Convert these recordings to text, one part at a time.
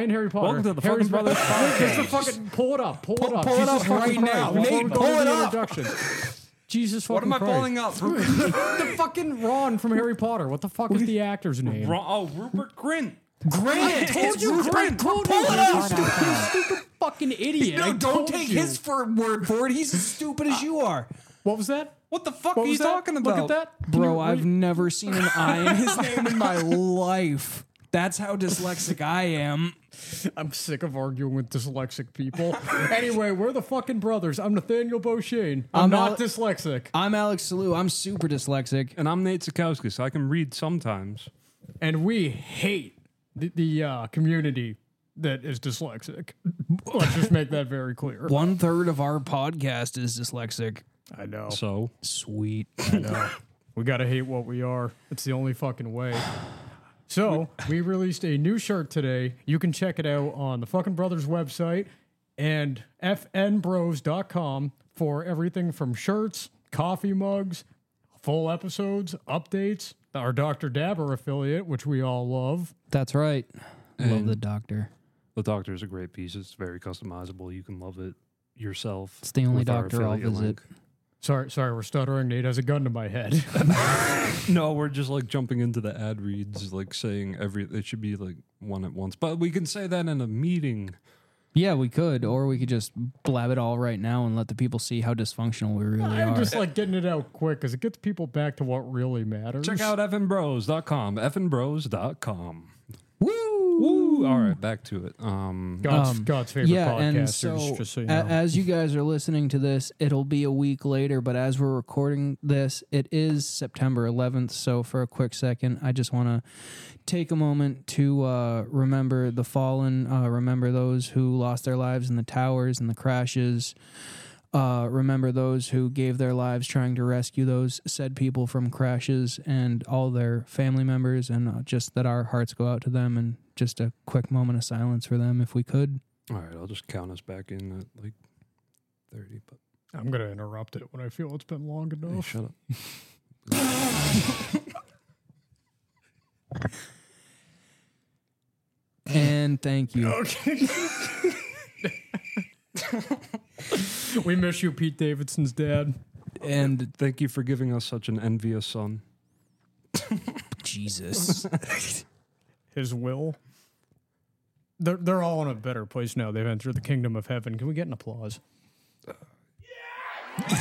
in Harry Potter. Welcome to the Harry's fucking Brothers brother- podcast. It's the fucking pull it up. Pull it up. pull it Jesus up fucking right now. Christ. Before Nate, we go pull into it the up. Introduction. Jesus What fucking am I Christ. pulling up? the fucking Ron from Harry Potter. What the fuck is the actor's name? Ron- oh, Rupert Grint. Grant, told it's you, Rupert. I told Pull you, it you up. stupid, you stupid fucking idiot. I No, don't told take you. his for word for it. He's as stupid as you are. What was that? What the fuck What are you was that? talking Look about? at that. Can Bro, you I've read- never seen an I in his name in my life. That's how dyslexic I am. I'm sick of arguing with dyslexic people. anyway, we're the fucking brothers. I'm Nathaniel Beauchene. I'm, I'm not Al- dyslexic. I'm Alex Salou. I'm super dyslexic. And I'm Nate Sikowski, so I can read sometimes. and we hate the, the uh, community that is dyslexic. Let's just make that very clear. One third of our podcast is dyslexic. I know. So Sweet. We gotta hate what we are. It's the only fucking way. So we released a new shirt today. You can check it out on the fucking brothers website and fnbros.com for everything from shirts, coffee mugs, full episodes, updates, our Dr. Dabber affiliate, which we all love. That's right. Love the doctor. the doctor is a great piece. It's very customizable. You can love it yourself. It's the only with our doctor I'll affiliate visit. link. Sorry, sorry, we're stuttering. Nate has a gun to my head. No, we're just like jumping into the ad reads, like saying every. It should be like one at once, but we can say that in a meeting. Yeah, we could, or we could just blab it all right now and let the people see how dysfunctional we really I'm are. just like getting it out quick because it gets people back to what really matters. Check out effinbros.com. Effinbros.com. Woo! Woo! All right, back to it. Um, God's, God's favorite yeah, and podcasters. so, just so you a- know. as you guys are listening to this, it'll be a week later. But as we're recording this, it is September 11th. So for a quick second, I just want to take a moment to uh, remember the fallen, uh, remember those who lost their lives in the towers and the crashes. Uh, remember those who gave their lives trying to rescue those said people from crashes and all their family members, and uh, just that our hearts go out to them and just a quick moment of silence for them if we could. all right, I'll just count us back in at like 30, but I'm gonna interrupt it when I feel it's been long hey, enough. shut up. And thank you. Okay. we miss you, Pete Davidson's dad. And Thank you for giving us such an envious son. Jesus. His will. They're they're all in a better place now. They've entered the kingdom of heaven. Can we get an applause? Yeah!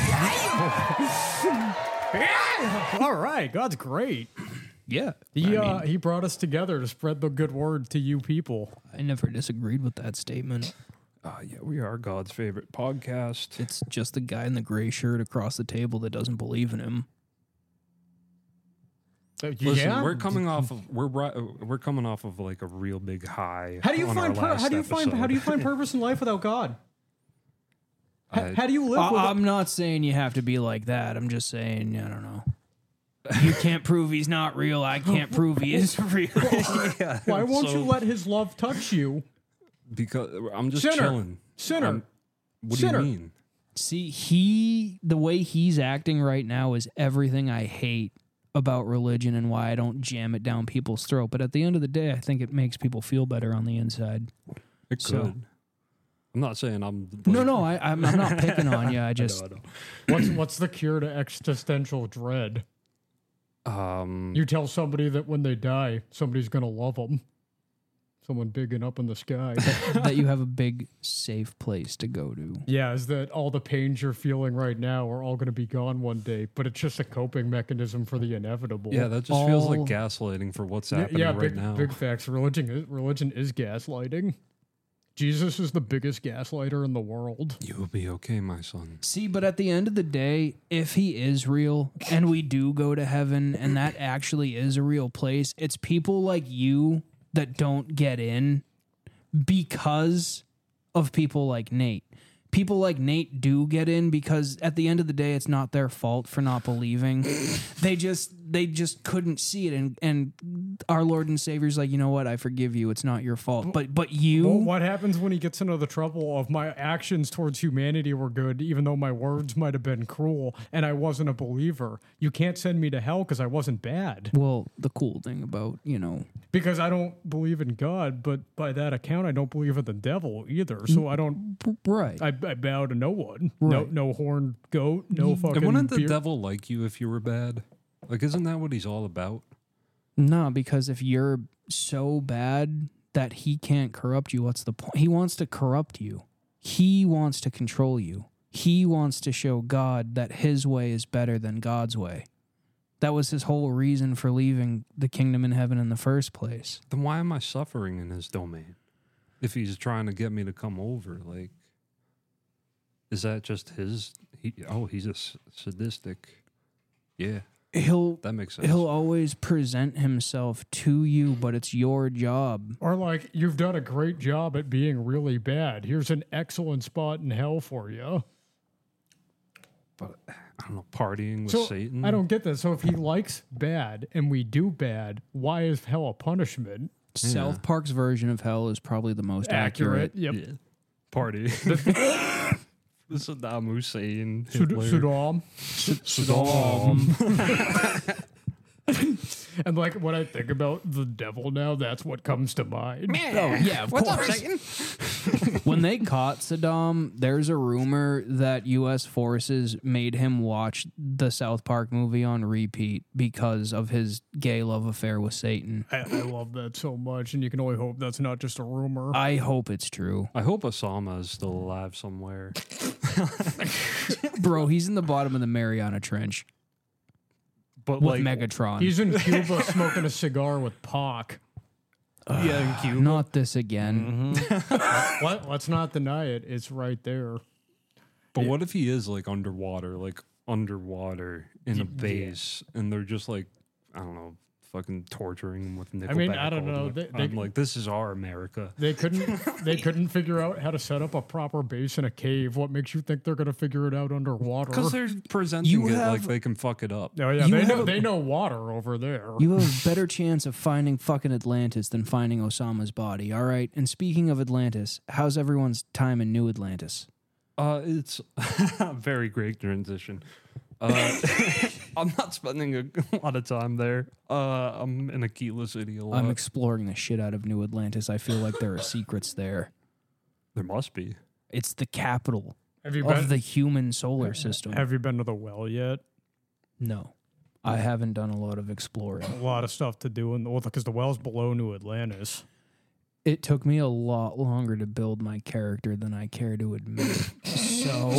all right, God's great. yeah. He uh, he brought us together to spread the good word to you people. I never disagreed with that statement. Uh, yeah, we are God's favorite podcast. It's just the guy in the gray shirt across the table that doesn't believe in him. Uh, Listen, yeah? we're coming off of we're ri- uh, we're coming off of like a real big high. How do you on our find pur- last how do you find how do you find purpose in life without God? How, I- Uh, um, how do you live? I, without- I'm not saying you have to be like that. I'm just saying, I don't know. You can't prove he's not real. I can't prove he is real. episode. yeah, Why won't so- you let His love touch you, Because I'm just Sinner. chilling. sinner? I'm- What Sinner. do you mean? See, he, the way he's acting right now is everything I hate about religion and why I don't jam it down people's throat. But at the end of the day, I think it makes people feel better on the inside. It could. So- I'm not saying I'm. No, no, I, I'm, I'm not picking on you. I I just know, I know. what's what's the cure to existential dread? Um, You tell somebody that when they die, somebody's gonna love them. Someone big and up in the sky. that you have a big safe place to go to. yeah, is that all the pains you're feeling right now are all gonna be gone one day? But it's just a coping mechanism for the inevitable. yeah, that just feels like all- gaslighting for what's Yeah, happening yeah, right big, now. big facts. Religion is, religion is gaslighting. Jesus is the biggest gaslighter in the world. You will be okay, my son. See, but at the end of the day, if he is real and we do go to heaven and that actually is a real place, it's people like you that don't get in because of people like Nate. People like Nate do get in because at the end of the day, it's not their fault for not believing. they just, they just couldn't see it, and and our Lord and Savior's like, you know what? I forgive you. It's not your fault, but but you. Well, what happens when he gets into the trouble of my actions towards humanity were good, even though my words might have been cruel and I wasn't a believer? You can't send me to hell because I wasn't bad. Well, the cool thing about you know, Because I don't believe in God, but by that account, I don't believe in the devil either. So I don't. right? I, I bow to no one. No, Mm. Right. Mm. no horned goat. No fucking. And wouldn't the beer- devil like you if you were bad? Like, isn't that what he's all about? No, because if you're so bad that he can't corrupt you, what's the point? He wants to corrupt you. He wants to control you. He wants to show God that his way is better than God's way. That was his whole reason for leaving the kingdom in heaven in the first place. Then why am I suffering in his domain? If he's trying to get me to come over, like, is that just his? He, oh, he's a s- sadistic. Yeah, He'll that makes sense. he'll always present himself to you, but it's your job. Or like, you've done a great job at being really bad. Here's an excellent spot in hell for you. I don't know, partying with So Satan. I don't get that. So if he likes bad and we do bad, why is hell a punishment? South Park's version of hell is probably the most accurate. Yep. Yeah. Party. Saddam Hussein. Sud- Hitler. Saddam. Saddam. And like when I think about the devil now, that's what comes to mind. Oh yeah, of course. when they caught Saddam, there's a rumor that U.S. forces made him watch the South Park movie on repeat because of his gay love affair with Satan. I, I love that so much, and you can only hope that's not just a rumor. I hope it's true, I hope Osama is still alive somewhere. bro. He's in the bottom of the Mariana Trench But with like, Megatron. He's in Cuba smoking a cigar with Pac. yeah, in Cuba. Ah, Not this again. Let, let's not deny it; it's right there. But what if he is like underwater, like underwater in a base, and they're just like, I don't know, fucking torturing him with nickel. mean, I don't know, they- they- I'm like, this is our America. They couldn't. they couldn't figure out how to set up a proper base in a cave. What makes you think they're going to figure it out underwater? Because they're presenting You it like have- they can fuck it up. Oh yeah, You they have know a- they know water over there. You have a better chance of finding fucking Atlantis than finding Osama's body. All right. And speaking of Atlantis, how's everyone's time in New Atlantis? Uh, it's a very great transition. Uh, I'm not spending a lot of time there. Uh, I'm in Aquila City a lot. I'm exploring the shit out of New Atlantis. I feel like there are secrets there. there must be. It's the capital Have you been? of the human solar system. have you been to the well yet? no, I haven't done a lot of exploring. A lot of stuff to do in the well because the well's below New Atlantis. It took me a lot longer to build my character than I care to admit. so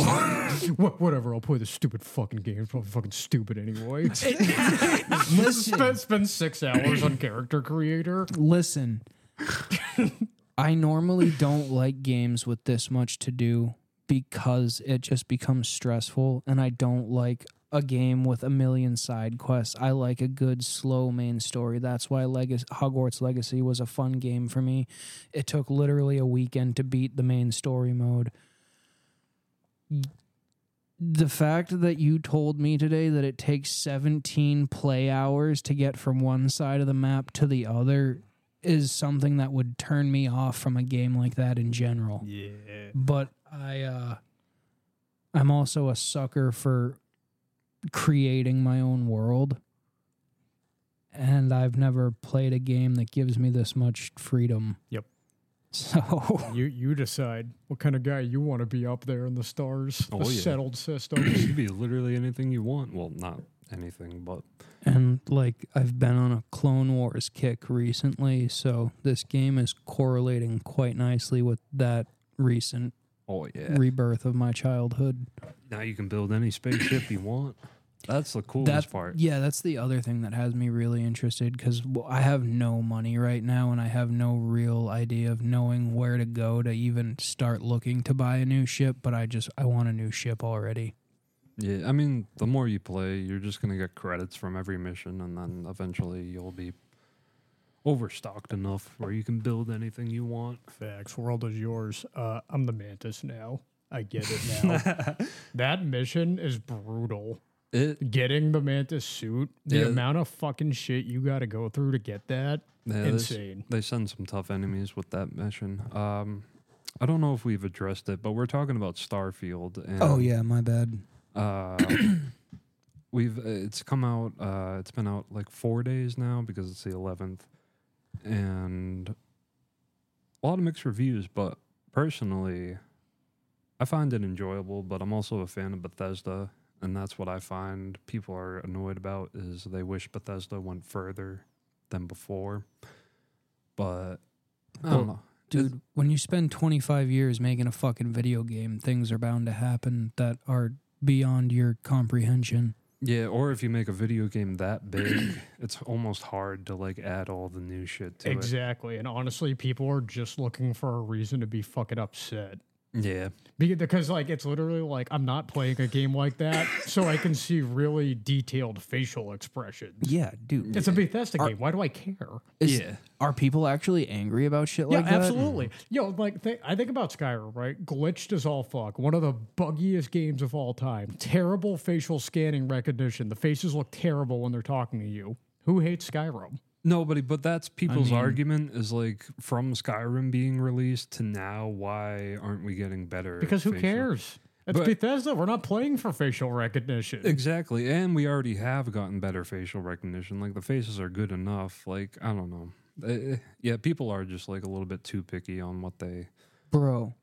Wha- Whatever, I'll play this stupid fucking game. It's probably fucking stupid anyway. listen, spend, spend six hours on character creator. listen. I normally don't like games with this much to do because it just becomes stressful and I don't like a game with a million side quests. I like a good slow main story. That's why Legacy, Hogwarts Legacy was a fun game for me. It took literally a weekend to beat the main story mode. The fact that you told me today that it takes 17 play hours to get from one side of the map to the other is something that would turn me off from a game like that in general Yeah. but I uh I'm also a sucker for creating my own world. And I've never played a game that gives me this much freedom. Yep. So You you decide what kind of guy you want to be up there in the stars, Oh, the yeah. settled It system. could be literally anything you want. Well, not anything, but and like I've been on a Clone Wars kick recently, so this game is correlating quite nicely with that recent oh yeah. rebirth of my childhood. Now you can build any spaceship you want. That's the coolest That's part. Yeah, that's the other thing that has me really interested because I have no money right now and I have no real idea of knowing where to go to even start looking to buy a new ship. But I just I want a new ship already. Yeah, I mean, the more you play, you're just gonna get credits from every mission, and then eventually you'll be overstocked enough where you can build anything you want. Facts. World is yours. Uh, I'm the mantis now. I get it now. that mission is brutal. It Getting the mantis suit, the Yeah. amount of fucking shit you got to go through to get that, yeah, this- insane. They send some tough enemies with that mission. Um, I don't know if we've addressed it, but we're talking about Starfield. And, Oh yeah, my bad. Uh, we've it's come out. Uh, it's been out like four days now because it's the eleventh, and a lot of mixed reviews. But personally, I find it enjoyable. But I'm also a fan of Bethesda, and that's what I find people are annoyed about is they wish Bethesda went further than before. But I Well, don't know. Dude, when you spend 25 years making a fucking video game, things are bound to happen that are beyond your comprehension. Yeah, or if you make a video game that big, it's almost hard to like add all the new shit to Exactly. And honestly, people are just looking for a reason to be fucking upset. it. Yeah. Be- Because, like, it's literally like I'm not playing a game like that, so I can see really detailed facial expressions. Yeah, dude. It's a Bethesda game. Why do I care? Is- yeah. Are people actually angry about shit like yeah, that? absolutely. Yo, like th- I think about Skyrim, right? Glitched as all fuck. One of the buggiest games of all time. Terrible facial scanning recognition. The faces look terrible when they're talking to you. Who hates Skyrim? Nobody, but that's people's mean- argument is like from Skyrim being released to now, why aren't we getting better? at Because who facial- cares? It's But- Bethesda. We're not playing for facial recognition. Exactly. And we already have gotten better facial recognition. Like the faces are good enough. Like, I don't know. Eh, yeah, people are just like a little bit too picky on what they Bro,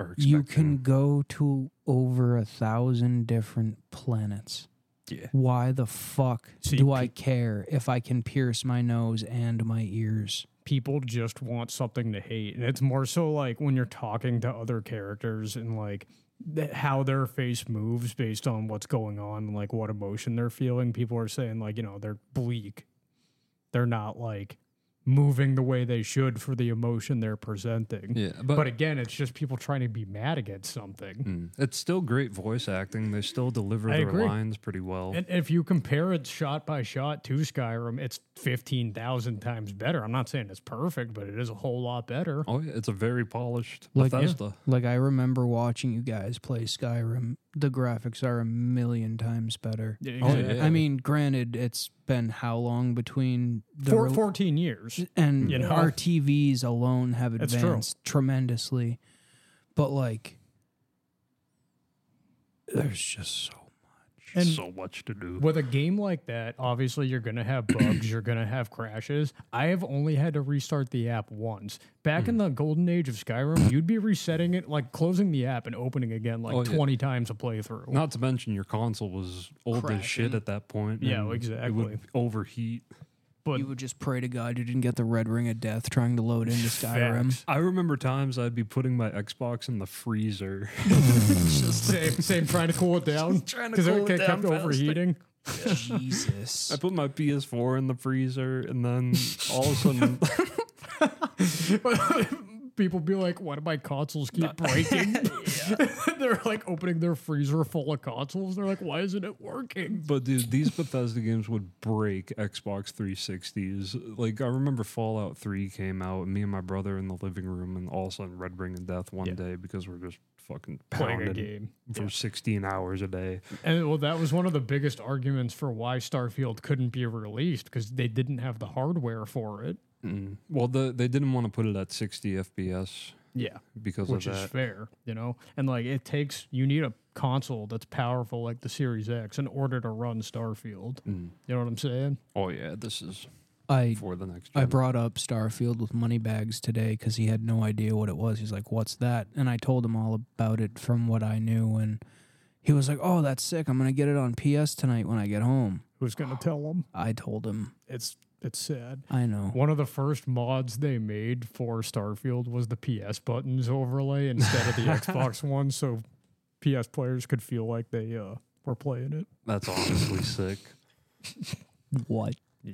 are expecting. you can go to over a thousand different planets. Yeah. Why the fuck See, do I care if I can pierce my nose and my ears? people just want something to hate. And it's more so like when you're talking to other characters and like th- how their face moves based on what's going on and like what emotion they're feeling. People are saying like, you know, they're bleak. They're not like moving the way they should for the emotion they're presenting. Yeah, But, but, again, it's just people trying to be mad against something. Mm. It's still great voice acting. They still deliver I their agree. lines pretty well. And if you compare it shot by shot to Skyrim, it's 15,000 times better. I'm not saying it's perfect, but it is a whole lot better. oh, yeah, it's a very polished Like, yeah. Bethesda. Like I remember watching you guys play Skyrim. The graphics are a million times better. Yeah, Oh, exactly. yeah. I mean, granted, it's been how long between the Four, rel- 14 years. and you know? our TVs alone have That's true. advanced tremendously, but like, there's just so And so much to do. with a game like that, obviously you're going to have bugs, you're going to have crashes. I have only had to restart the app once. Back Hmm. in the golden age of Skyrim, you'd be resetting it, like closing the app and opening again like Oh, yeah. 20 times a playthrough. Not to mention your console was old as shit Crashing. at that point. Yeah, and It exactly. would overheat. but you would just pray to God you didn't get the red ring of death trying to load into Skyrim. Facts. I remember times I'd be putting my Xbox in the freezer. same, same trying to cool it down trying to because cool it it kept down faster. overheating. I Jesus, put my PS4 in the freezer, and then all of a sudden, People be like, why do my consoles keep breaking? They're like opening their freezer full of consoles. They're like, why isn't it working? but dude, these Bethesda games would break Xbox 360s. Like I remember Fallout 3 came out, and me and my brother in the living room, and all of a sudden, Red Ring of Death one Yeah. day because we're just fucking Playing a pounded game. for 16 hours a day. And well, that was one of the biggest arguments for why Starfield couldn't be released because they didn't have the hardware for it. Well, the, they didn't want to put it at 60 FPS Yeah, because which of is that. fair, you know. And like, it takes you need a console that's powerful, like the Series X, in order to run Starfield. Mm. You know what I'm saying? oh yeah, this is I for the next. I Gen. brought up Starfield with Moneybags today because he had no idea what it was. He's like, "What's that?" And I told him all about it from what I knew, and he was like, "Oh, that's sick! I'm gonna get it on PS tonight when I get home." Who's gonna tell them? I told him, It's it's sad. "I know." One of the first mods they made for Starfield was the PS buttons overlay instead of the Xbox one, so PS players could feel like they uh, were playing it. That's honestly sick. What? Yeah.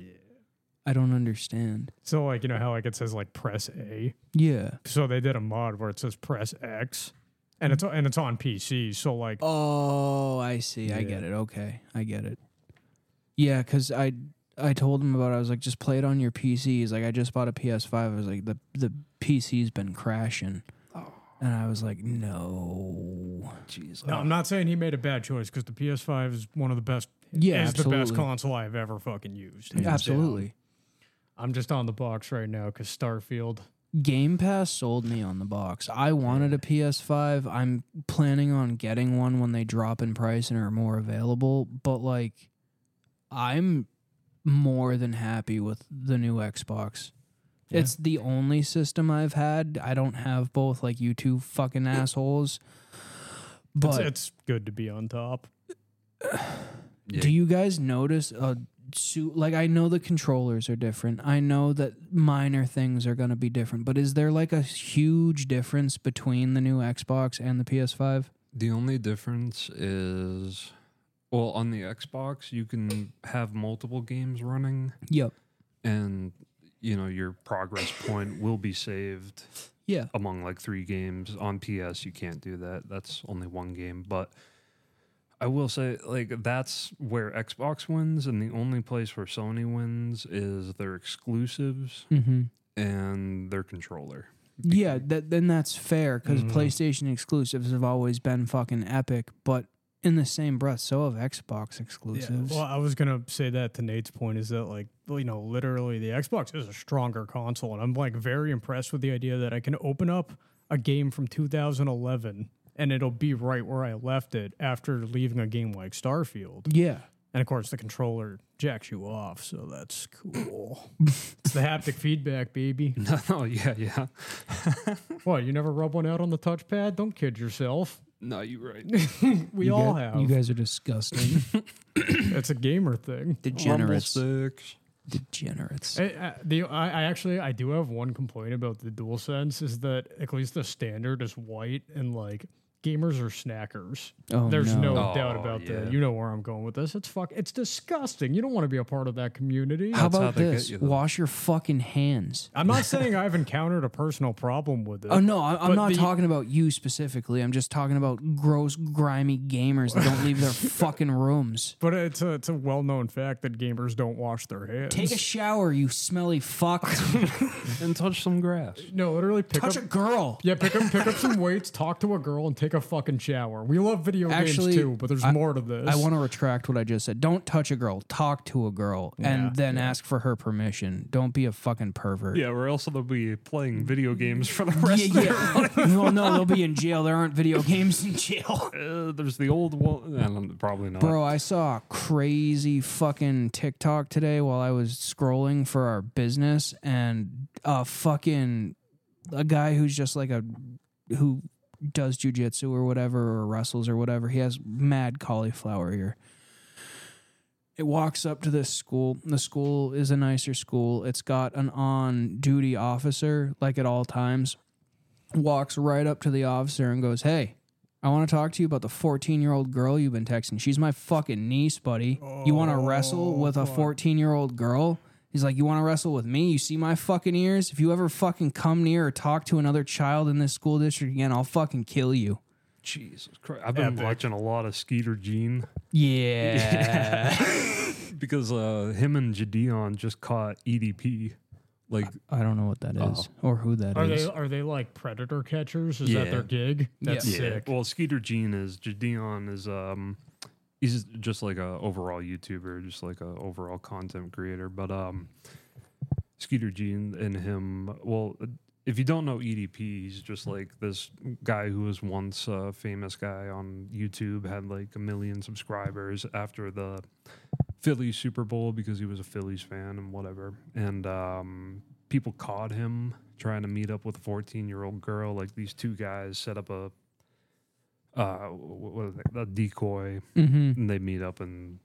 I don't understand. So like you know how like it says like press A. Yeah. So they did a mod where it says press X, and it's and it's on PC. So like Oh, I see. I Yeah. get it. Okay, I get it. Yeah, because I I told him about. it. I was like, just play it on your PC. He's like, I just bought a PS5. I was like, the the PC's been crashing. And I was like, no. Jeez. No, I'm uh, not saying he made a bad choice because the PS5 is one of the best. Yeah, is the best absolutely. console I've ever fucking used. hands down. Absolutely. I'm just on the box right now because Starfield. Game Pass sold me on the box. I wanted a PS5. I'm planning on getting one when they drop in price and are more available, but like I'm more than happy with the new Xbox. It's the only system I've had. I don't have both like you two fucking assholes. It's, But it's good to be on top. Yeah. Do you guys notice a suit? Like, I know the controllers are different. I know that minor things are going to be different, but is there like a huge difference between the new Xbox and the PS5? The only difference is, well, on the Xbox, you can have multiple games running, Yep. and you know your progress point will be saved Yeah. among like three games. On PS, you can't do that. That's only one game. But I will say, like, that's where Xbox wins, and the only place where Sony wins is their exclusives Mm-hmm. and their controller. Yeah. That, then that's fair because Mhm. PlayStation exclusives have always been fucking epic, but in the same breath, so have Xbox exclusives. Well, I was gonna say that to Nate's point is that like well, you know literally the Xbox is a stronger console, and I'm like very impressed with the idea that I can open up a game from 2011 and it'll be right where I left it after leaving a game like Starfield. yeah. And of course, the controller jacks you off, so that's cool. it's the haptic feedback, baby. No, no, Oh, yeah, yeah. What, you never rub one out on the touchpad? Don't kid yourself. No, you're right. We You all guy- have. You guys are disgusting. it's a gamer thing. Degenerates. Rumblesticks. Degenerates. I, I, the, I, I actually I do have one complaint about the DualSense is that at least the standard is white and like gamers are snackers. Oh, There's no, no. doubt Oh, about yeah. that. You know where I'm going with this. It's fuck. It's disgusting. You don't want to be a part of that community. How That's how about they get this? you, though. Wash your fucking hands. I'm not saying I've encountered a personal problem with it. Oh no, I, I'm But not the- talking about you specifically. I'm just talking about gross, grimy gamers that don't leave their fucking rooms. But it's a it's a well known fact that gamers don't wash their hands. Take a shower, you smelly fuck. And touch some grass. no, literally pick Touch a up. girl. yeah, pick up pick up some weights, talk to a girl, and take a fucking shower. We love video Actually, games too, but there's I- more to this. I want to retract what I just said. Don't touch a girl. Talk to a girl and then ask for her permission. Don't be a fucking pervert. Yeah, or else they'll be playing video games for the rest. Yeah, yeah. well, no, they'll be in jail. There aren't video games in jail. Uh, there's the old one. I don't- probably not. Bro, I saw a crazy fucking TikTok today while I was scrolling for our business, and a fucking a guy who's just like a who does jujitsu or whatever or wrestles or whatever. He has mad cauliflower ear. It walks up to this school. The school is a nicer school. It's got an on duty officer, like at all times. Walks right up to the officer and goes, Hey, I want to talk to you about the 14 year old girl you've been texting. She's my fucking niece, buddy. you want to wrestle with a 14 year old girl? He's like, You want to wrestle with me? You see my fucking ears? If you ever fucking come near or talk to another child in this school district again, I'll fucking kill you. Jesus Christ. I've been Epic. watching a lot of Skeeter Jean Yeah. because uh, him and Jadeon just caught EDP. Like, I don't know what that is or who that is. Are they are they like predator catchers? Is that Yeah. their gig? That's Yeah. sick. well, Skeeter Jean is Jadeon is um, he's just like a overall YouTuber, just like a overall content creator. But um, Skeeter Jean and him. Well, if you don't know EDP, he's just like this guy who was once a famous guy on YouTube, had like a million subscribers after the Phillies Super Bowl because he was a Phillies fan and whatever. And um, people caught him trying to meet up with a 14 year old girl. Like these two guys set up a uh, what what is it, a decoy Mm-hmm. and they meet up and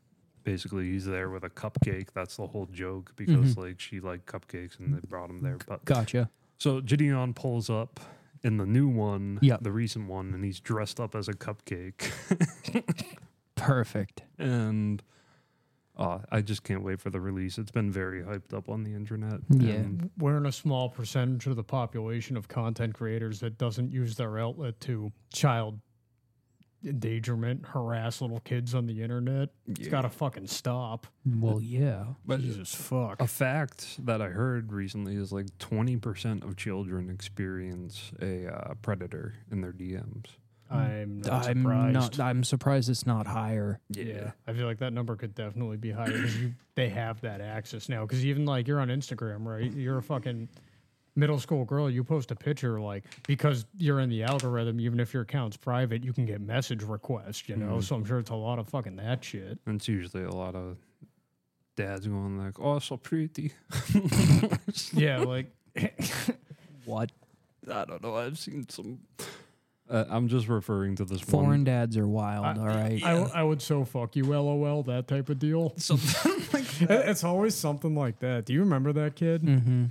basically he's there with a cupcake that's the whole joke because Mm-hmm. like she liked cupcakes and they brought him there but Gotcha. so Gideon pulls up in the new one Yeah. the recent one and he's dressed up as a cupcake Perfect. and uh, I just can't wait for the release it's been very hyped up on the internet Yeah. and We're in a small percentage of the population of content creators that doesn't use their outlet to child endangerment harass little kids on the internet. It's Yeah. got to fucking stop. Well, yeah. But Jesus fuck. a fact that I heard recently is like 20% of children experience a uh, predator in their DMs. I'm not I'm surprised. not. I'm surprised it's not higher. Yeah, I feel like that number could definitely be higher because they have that access now. Because even like you're on Instagram, right? You're a fucking middle school girl. You post a picture, like because you're in the algorithm. Even if your account's private, you can get message requests. You know, so I'm sure it's a lot of fucking that shit. And it's usually a lot of dads going like, "Oh, so pretty." Yeah, like What I don't know. I've seen some. Uh, I'm just referring to this foreign one. dads are wild. all right. I, I would so fuck you, lol, that type of deal. Something like It- It's always something like that. Do you remember that kid? mm-hmm.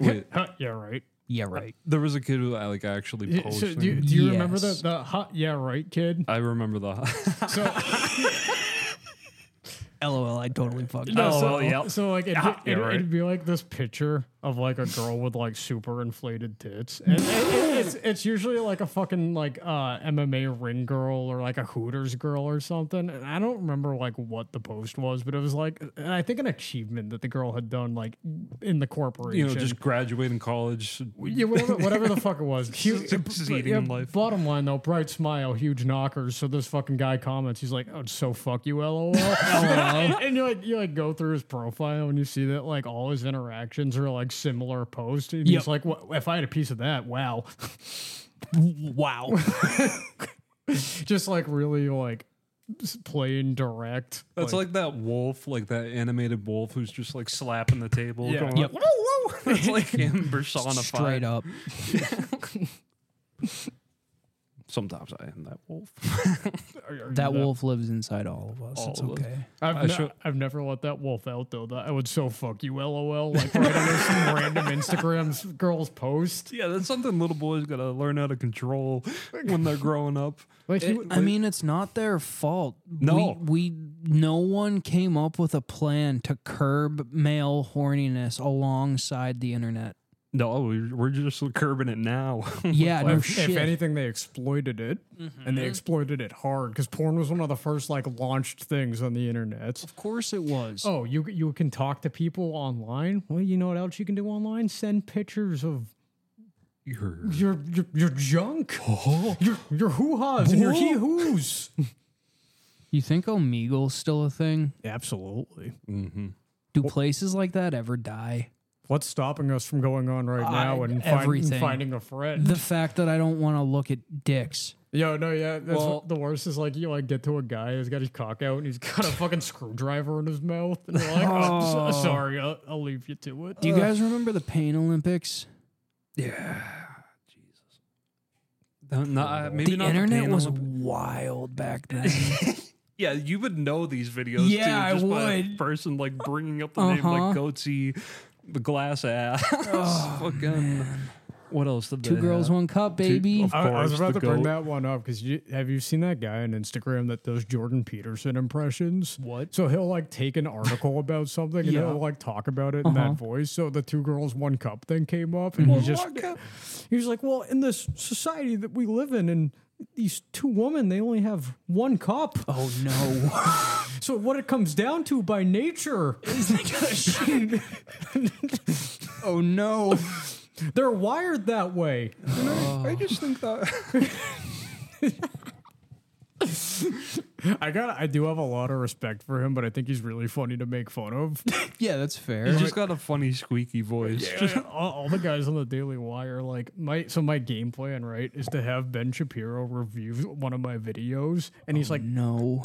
Wait, Huh, yeah, right. Yeah. Right. there was a kid who I like actually Yeah, posted. so do, you- do you remember the Yes. the hot yeah right kid? I remember the. So LOL. I totally fucked. No, up. so, Oh, well, yeah. so like it'd, Ah, be, yeah, it'd, right. it'd be like this picture of like a girl with like super inflated tits, and it- it- it's it's usually like a fucking like uh, MMA ring girl or like a Hooters girl or something. And I don't remember like what the post was, but it was like and I think an achievement that the girl had done like in the You corporation. know, just graduating college. yeah, whatever, whatever the fuck it was. Huge, Succeeding but, yeah, in life. Bottom line though, bright smile, huge knockers. So this fucking guy comments, he's like, "Oh, so fuck you, lol." and, and you like you like go through his profile and you see that like all his interactions are like similar posts. And Yep. he's like, "Wha- "If I had a piece of that, wow." Wow. Just like really like s- plain direct. That's like, that wolf, like that animated wolf who's just like slapping the table. Yeah. going, Yep. Like, whoa, whoa. That's like him personified. Straight up. Sometimes I am that wolf. Are- are you That wolf lives inside all of us. All it's of us. okay. I've, I ne- should- I've never let that wolf out though. That I would so fuck you, lol. Like right under some random Instagram girl's post. Yeah, that's something little boys gotta learn how to control when they're growing up. Like he, I mean, it's not their fault. No. we, we no one came up with a plan to curb male horniness alongside the internet. No, we're- we're just curbing it now. Yeah, Oh, Well, no if, if shit. anything, they exploited it, and they Mm-hmm. exploited it hard because porn was one of the first like launched things on the internet. of course it was. Oh, you you can talk to people online. Well, you know what else you can do online? Send pictures of You're- your your, your junk, your your hoo ha's, and your Whoa. hee hoos. You think Omegle's still a thing? Absolutely. Do places like that ever die? What's stopping us from going on right now and, find, and Uh, everything. finding a friend? The fact that I don't want to look at dicks. Yo, no, yeah. That's Well- what the worst is like you like get to a guy who's got his cock out and he's got a fucking screwdriver in his mouth, and you're like, oh, so- sorry, I'll, I'll leave you to it. Do you guys remember the Pain Olympics? No, no, uh, maybe the not internet pain was Olymp- wild back then. Yeah, you would know these videos. Yeah, too, I just by a would. person like bringing up the name Uh-huh. Oh, like Goatsy, the glass ass. fucking. What else did Two they girls, have? one cup, baby. of- I, I was course, about to the bring that goat. one up because you, have you seen that guy on Instagram that does Jordan Peterson impressions? What? So he'll like take an article about something and he'll like talk about it in Uh-huh. that voice. So the two girls, one cup thing came up, and he just he was like, "Well, in this society that we live in, and these two women, they only have one cup. oh no. So what it comes down to by nature is Oh no. they're wired that way." I just think that. I got, I do have a lot of respect for him, but I think he's really funny to make fun of. yeah, that's fair. He's just got a funny squeaky voice. Just all, all the guys on the Daily Wire, like my so my game plan right is to have Ben Shapiro review one of my videos, and he's like, Oh, no.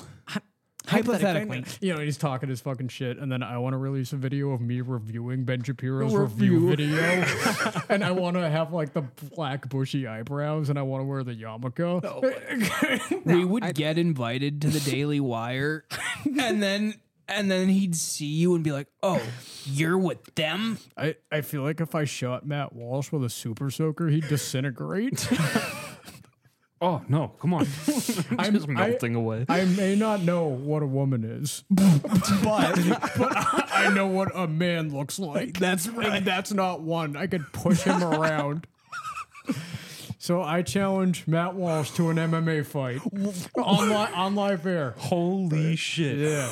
Hypothetically. you know, he's talking his fucking shit, and then I want to release a video of me reviewing Ben Shapiro's Review. review video, and I want to have like the black bushy eyebrows, and I want to wear the yarmulke. we would get invited to the Daily Wire and then and then he'd see you and be like, "Oh, you're with them?" I I feel like if I shot Matt Walsh with a super soaker, he'd disintegrate. Oh no! Come on, I'm just I- melting away. I may not know what a woman is, but, but I know what a man looks like. That's And that's not one. I could push him around. So I challenge Matt Walsh to an MMA fight on, li- on live air. Holy shit. Yeah.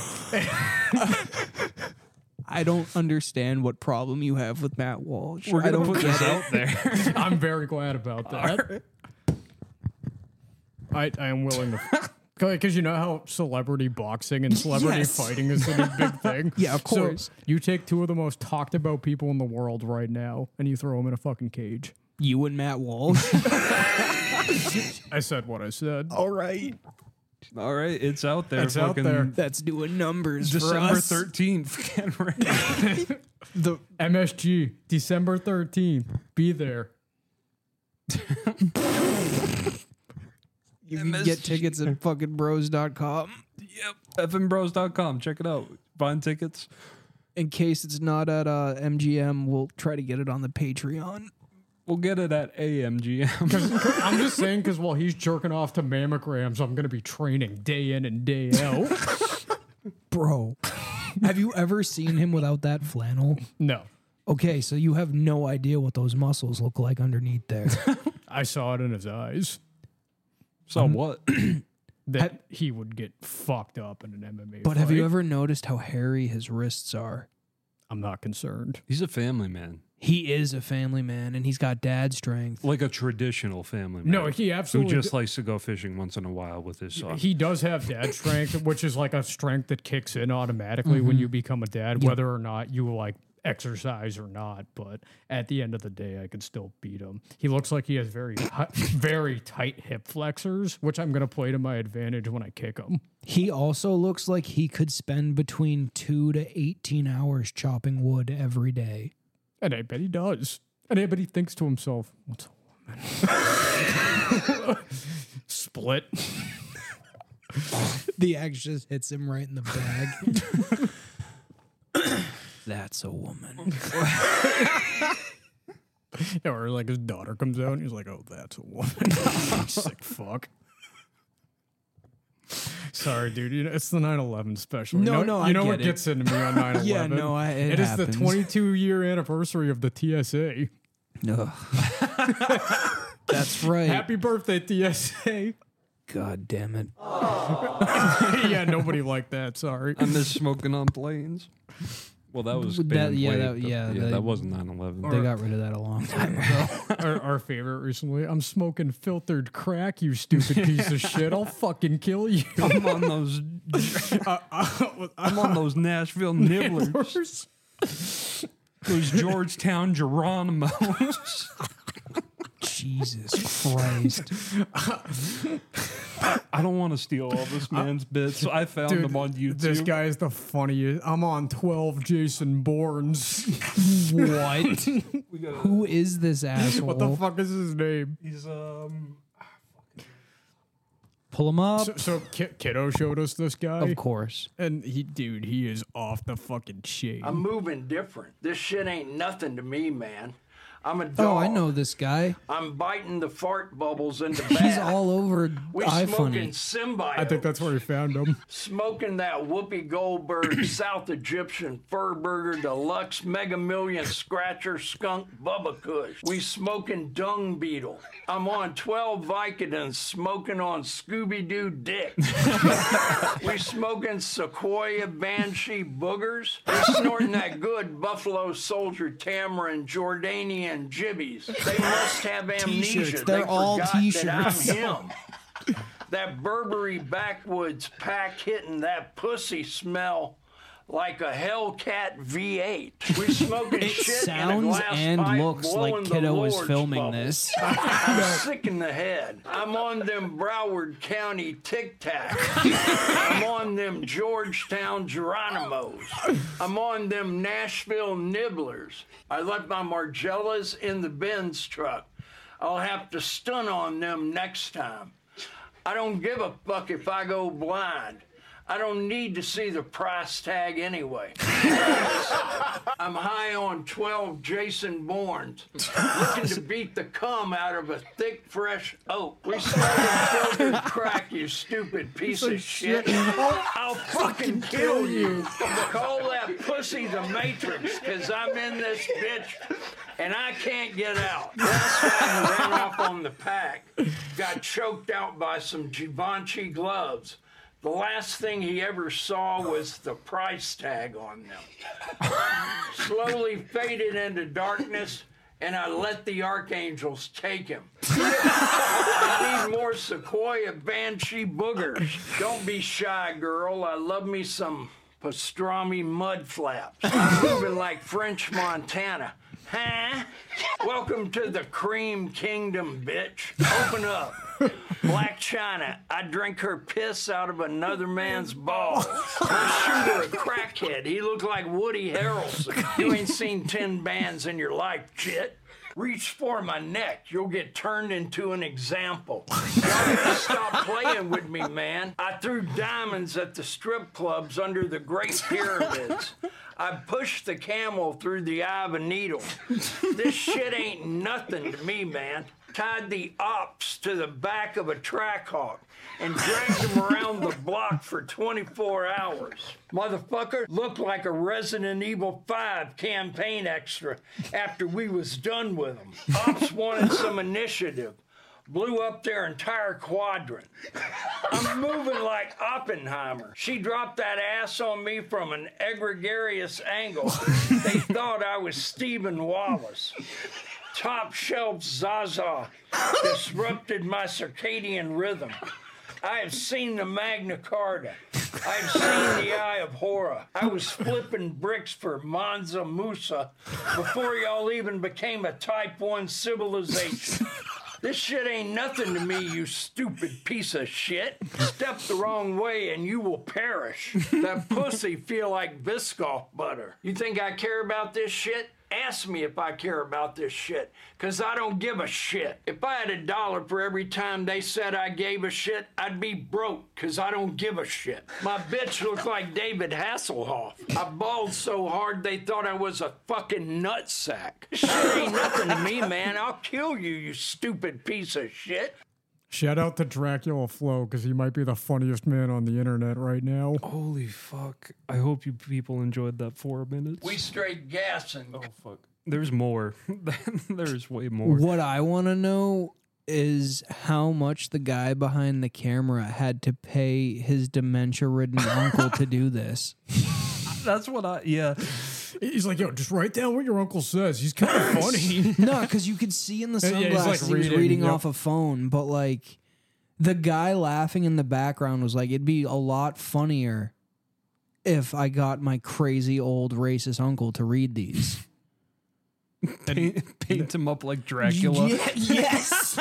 I don't understand what problem you have with Matt Walsh. We're I gonna don't put get this it. out there. I'm very glad about that. I, I am willing to. Because you know how celebrity boxing and celebrity Yes. fighting is a big thing. Yeah, of So course. you take two of the most talked about people in the world right now and you throw them in a fucking cage. You and Matt Walsh. I said what I said. All right. All right, it's out there. It's out there. That's doing numbers for December us. 13th. Get ready. The MSG, December 13th. Be there. You can get tickets at fucking bros.com. yep. FMBros.com. Check it out. Find tickets. In case it's not at uh, MGM, we'll try to get it on the Patreon. We'll get it at AMGM. I'm just saying because while he's jerking off to mammograms, I'm going to be training day in and day out. Bro, have you ever seen him without that flannel? no. Okay, so you have no idea what those muscles look like underneath there. I saw it in his eyes So what? that he would get fucked up in an MMA But have you fight. ever noticed how hairy his wrists are? I'm not concerned. He's a family man, He is a family man and he's got dad strength. like a traditional family man. No, he who absolutely just likes to go fishing once in a while with his son. he does have dad strength, which is like a strength that kicks in automatically when you become a dad, whether or not you like exercise or not. But at the end of the day, I could still beat him. He looks like he has very, hi- very tight hip flexors, which I'm gonna play to my advantage when I kick him. He also looks like he could spend between 2 to 18 hours chopping wood every day. And I bet he does. And I bet he thinks to himself, "What's a woman?" Split. The axe just hits him right in the bag. That's a woman. Or like his daughter comes out and he's like, "Oh, that's a woman." Sick fuck. Sorry, dude. You know, it's the 9/11 special. You No, know- no, you I know get what it. gets into me on 9/11. Yeah, no, I- it it is the happens. 22 year anniversary of the TSA. No. That's right. Happy birthday, TSA. God damn it. yeah, nobody liked that. Sorry. I miss smoking on planes. Well, that was That- banned yeah, way- that- yeah, yeah, they- that wasn't 9/11. They got rid of that a long time ago. our, our favorite recently. I'm smoking filtered crack. You stupid piece of shit. I'll fucking kill you. I'm on those. I'm on those Uh, Nashville nibblers. Those Georgetown Geronimos. Jesus Christ. I don't want to steal all this man's bits. I found Dude, them on YouTube. This guy is the funniest. I'm on 12 Jason Bournes. What? We gotta- Who is this asshole? what the fuck is his name? He's um. Pull him up. So, so Ki- Kiddo showed us this guy. of course. And he, dude, he is off the fucking chain. I'm moving different. This shit ain't nothing to me, man. I'm a dog. Oh, I know this guy. I'm biting the fart bubbles in the He's back. all over we smoking iFunny. symbiote. I think that's where he found him. smoking that Whoopi Goldberg South Egyptian Fur Burger Deluxe Mega Million Scratcher Skunk Bubba Kush. We smoking dung beetle. I'm on 12 Vicodins smoking on Scooby Doo dick. we smoking Sequoia Banshee boogers. We snorting that good Buffalo Soldier Tamarind Jordanian jibbies. They must have amnesia. T-shirts. They They're all forgot that I'm T-shirts. him that Burberry backwoods pack hitting that pussy smell like a Hellcat V8. We smoking It shit in a sounds glass and pipe, looks blowing like the Kiddo is Lord's filming bubble. this. I'm sick in the head. I'm on them Broward County Tic Tacs. I'm on them Georgetown Geronimos. I'm on them Nashville Nibblers. I left my Margellas in the Benz truck. I'll have to stun on them next time. I don't give a fuck if I go blind. I don't need to see the price tag anyway. I'm high on 12 Jason Bournes, looking to beat the cum out of a thick, fresh oak. We smoking filtered crack, you stupid piece of shit. I'll fucking kill you. Call that pussy the Matrix, because I'm in this bitch and I can't get out. Last guy who ran off on the pack got choked out by some Givenchy gloves. The last thing he ever saw was the price tag on them. Slowly faded into darkness, and I let the archangels take him. I need more Sequoia Banshee boogers. Don't be shy, girl. I love me some pastrami mud flaps. I'm moving like French Montana. Huh? Welcome to the cream kingdom, bitch. Open up. Black China. I drink her piss out of another man's balls. Her shooter, a crackhead. He looked like Woody Harrelson. You ain't seen 10 bands in your life, chit. Reach for my neck. You'll get turned into an example. Stop playing with me, man. I threw diamonds at the strip clubs under the Great Pyramids. I pushed the camel through the eye of a needle. This shit ain't nothing to me, man. Tied the ops to the back of a trackhawk and dragged him around the block for 24 hours. Motherfucker looked like a Resident Evil 5 campaign extra after we was done with him. Ops wanted some initiative. Blew up their entire quadrant. I'm moving like Oppenheimer. She dropped that ass on me from an egregious angle. They thought I was Stephen Wallace top shelf Zaza disrupted my circadian rhythm. I have seen the Magna Carta. I have seen the Eye of Horror. I was flipping bricks for Manza Musa before y'all even became a Type 1 civilization. This shit ain't nothing to me, you stupid piece of shit. Step the wrong way and you will perish. That pussy feel like Biscoff butter. You think I care about this shit? Ask me if I care about this shit, cause I don't give a shit. If I had a dollar for every time they said I gave a shit, I'd be broke, cause I don't give a shit. My bitch looked like David Hasselhoff. I bawled so hard they thought I was a fucking nutsack. Shit ain't nothing to me, man. I'll kill you, you stupid piece of shit. Shout out to Dracula Flow because he might be the funniest man on the internet right now. Holy fuck. I hope you people enjoyed that four minutes. We straight gassing. oh, fuck. There's more. There's way more. What I want to know is how much the guy behind the camera had to pay his dementia-ridden uncle to do this. That's what I, yeah. He's like, yo, just write down what your uncle says. He's kind of funny. No, because you could see in the Yeah, he's, like, sunglasses he was reading, reading, yep. off a phone, but like the guy laughing in the background was like, it'd be a lot funnier if I got my crazy old racist uncle to read these. Paint, paint him up like Dracula. Ye- yes.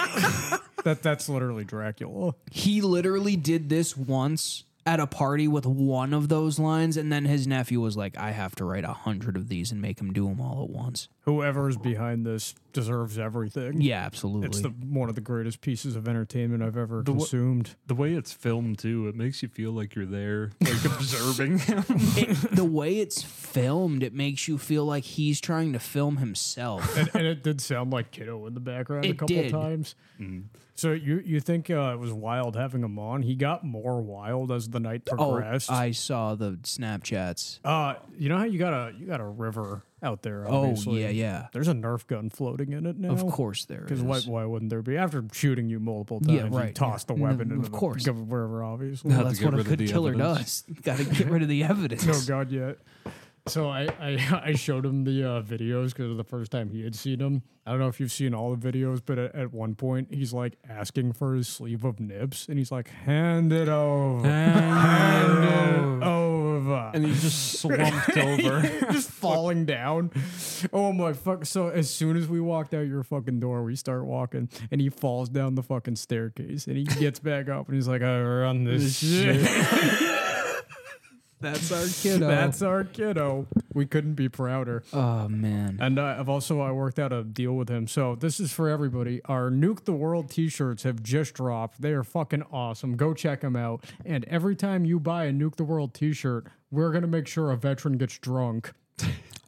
that that's literally Dracula. he literally did this once at a party with one of those lines, and then his nephew was like, I have to write a hundred of these and make him do them all at once. Whoever is behind this deserves everything. Yeah, absolutely. It's the one of the greatest pieces of entertainment I've ever wha- consumed. The way it's filmed, too, it makes you feel like you're there, like observing him. the way it's filmed, it makes you feel like he's trying to film himself. and, and it did sound like kiddo in the background a It couple did. times. So you you think uh, it was wild having him on? He got more wild as the night Oh, progressed. I saw the Snapchats. uh, you know how you got a you got a river out there. Oh, Obviously. yeah, yeah. There's a Nerf gun floating in it now. Of course there is. Because why, why wouldn't there be? After shooting you multiple times, Yeah, you right, toss yeah. the weapon No, into of the course. gov- river, obviously. Well, to that's get what a rid good of the killer evidence. does. Got to get rid of the evidence. No, God, yet. So I, I, I showed him the uh, videos because the first time he had seen them. I don't know if you've seen all the videos, but at, at one point he's like asking for his sleeve of nips, and he's like, "Hand it over, hand it over," and he just slumped over. just falling down. Oh my fuck! So as soon as we walked out your fucking door, we start walking, and he falls down the fucking staircase, and he gets back up, and he's like, "I run this shit." That's our kiddo. That's our kiddo. We couldn't be prouder. oh man. And uh, I've also I worked out a deal with him. So this is for everybody. Our Nuke the World T-shirts have just dropped. They are fucking awesome. Go check them out. And every time you buy a Nuke the World T-shirt, we're gonna make sure a veteran gets drunk.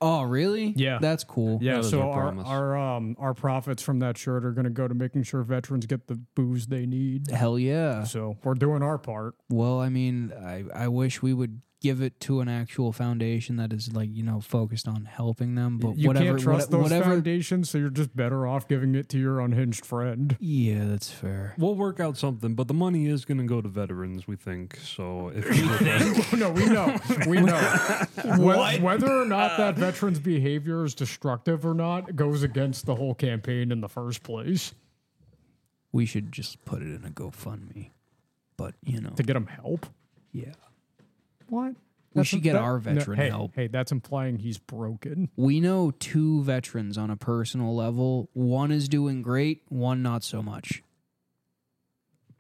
Oh really? Yeah. That's cool. Yeah. That is So our our promise. our um our profits from that shirt are gonna go to making sure veterans get the booze they need. Hell yeah. So we're doing our part. Well, I mean, I I wish we would give it to an actual foundation that is like you know focused on helping them. But you whatever, can't trust what- those whatever. foundations, so you're just better off giving it to your unhinged friend. yeah, that's fair. We'll work out something, but the money is going to go to veterans, we think. So if you no, we know. We Uh, know. Whe- Whether or not that veteran's behavior is destructive or not goes against the whole campaign in the first place We should just put it in a GoFundMe. But you know, to get him help. yeah, What? we should get our veteran hey, help. Hey, that's implying he's broken. We know two veterans on a personal level. One is doing great, one not so much.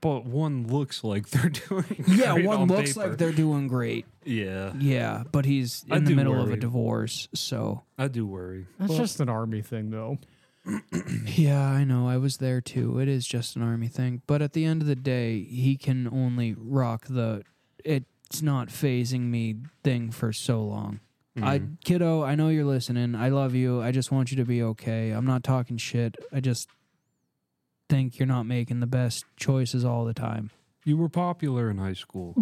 but one looks like they're doing. Yeah, great one on looks paper. like they're doing great. Yeah, Yeah, but he's in I the do middle of a worry. divorce, so I do worry. That's just an army thing, though. Yeah, I know. I was there too. It is just an army thing, but at the end of the day, he can only rock the it's not phasing me thing for so long. I kiddo, I know you're listening. I love you. I just want you to be okay. I'm not talking shit. I just think you're not making the best choices all the time. You were popular in high school.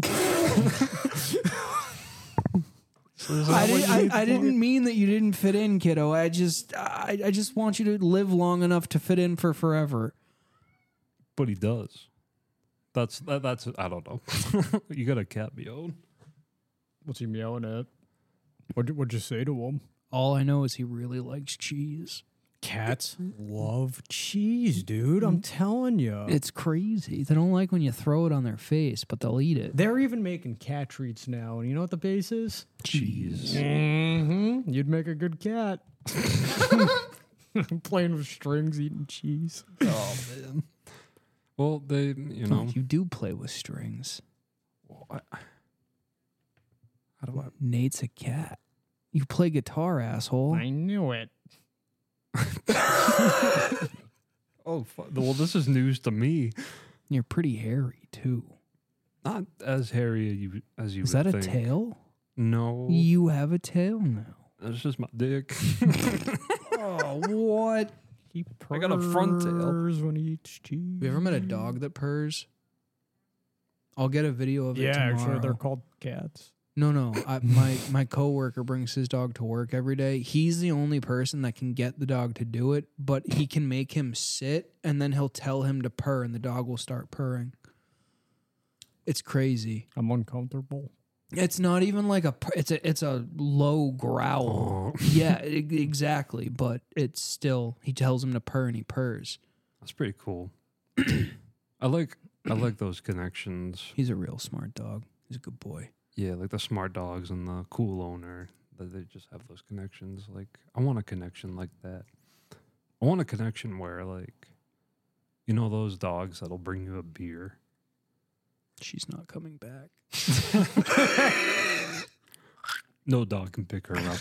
I, did, I, I didn't mean that you didn't fit in, kiddo. I just I, I just want you to live long enough to fit in for forever. but he does. That's that, that's I don't know. you got a cat on. What's he yelling at? What'd, you- what'd you say to him? All I know is he really likes cheese. Cats love cheese, dude. I'm telling you. It's crazy. They don't like when you throw it on their face, but they'll eat it. They're even making cat treats now, and you know what the base is? Jeez. Mm-hmm. You'd make a good cat. Playing with strings, eating cheese. Oh, Well, they you know You do play with strings. how do I? Nate's a cat. You play guitar, asshole. I knew it. Oh fu- well, this is news to me. You're pretty hairy too. Not as hairy as you as you. Is would that a think. Oh. tail? No, You have a tail now. that's just my dick. Oh, what? He I got a front tail. purrs when he eats cheese. Have you ever met a dog that purrs? I'll get a video of Yeah, it tomorrow. actually, they're called cats. No, no. I, my my coworker brings his dog to work every day. He's the only person that can get the dog to do it, but he can make him sit, and then he'll tell him to purr, and the dog will start purring. It's crazy. I'm uncomfortable. It's not even like a. purr- It's a. It's a low growl. Yeah, e- exactly. But it's still. He tells him to purr, and he purrs. That's pretty cool. I like I like those connections. He's a real smart dog. He's a good boy. Yeah, like the smart dogs and the cool owner. That they just have those connections. Like I want a connection like that. I want a connection where like you know those dogs that'll bring you a beer. She's not coming back. No dog can pick her up.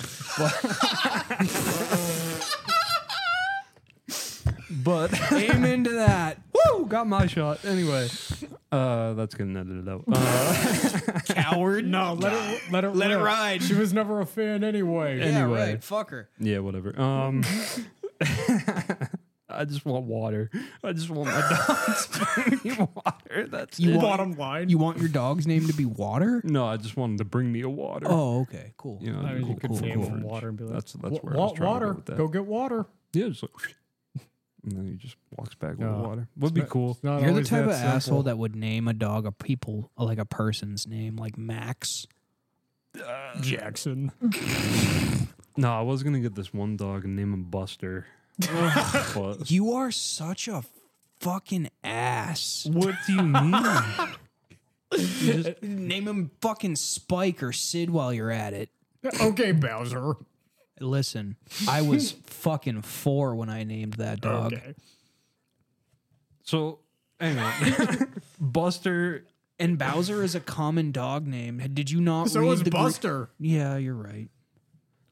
but Aim into that. woo, got my shot. Anyway, uh, that's gonna edit it out. Uh, Coward. no, let it let it Let it rip. ride. She was never a fan anyway. Yeah, Anyway. right. Fuck her. yeah, whatever. Um, I just want water. I just want my dogs drinking water. That's You it. want Bottom line, You want your dog's name to be Water? no. I just want them to bring me a water. Oh, okay, cool. You know, I mean, cool, you could cool, name cool. them water and be like, That's that's "Wa- where I was wa- trying water. to go with that. Go get water. Yeah, just like, and then he just walks back with Uh, water. Would be cool. It's not You're the always type of that simple. asshole that would name a dog a people like a person's name, like Max. Jackson. No, I was gonna get this one dog and name him Buster. but You are such a fucking ass. what do you mean? Name him fucking Spike or Sid while you're at it. okay, Bowser. Listen, I was fucking four when I named that dog. Okay. so anyway, Buster. And Bowser is a common dog name. Did you not So read is the Gre- Buster. yeah, you're right.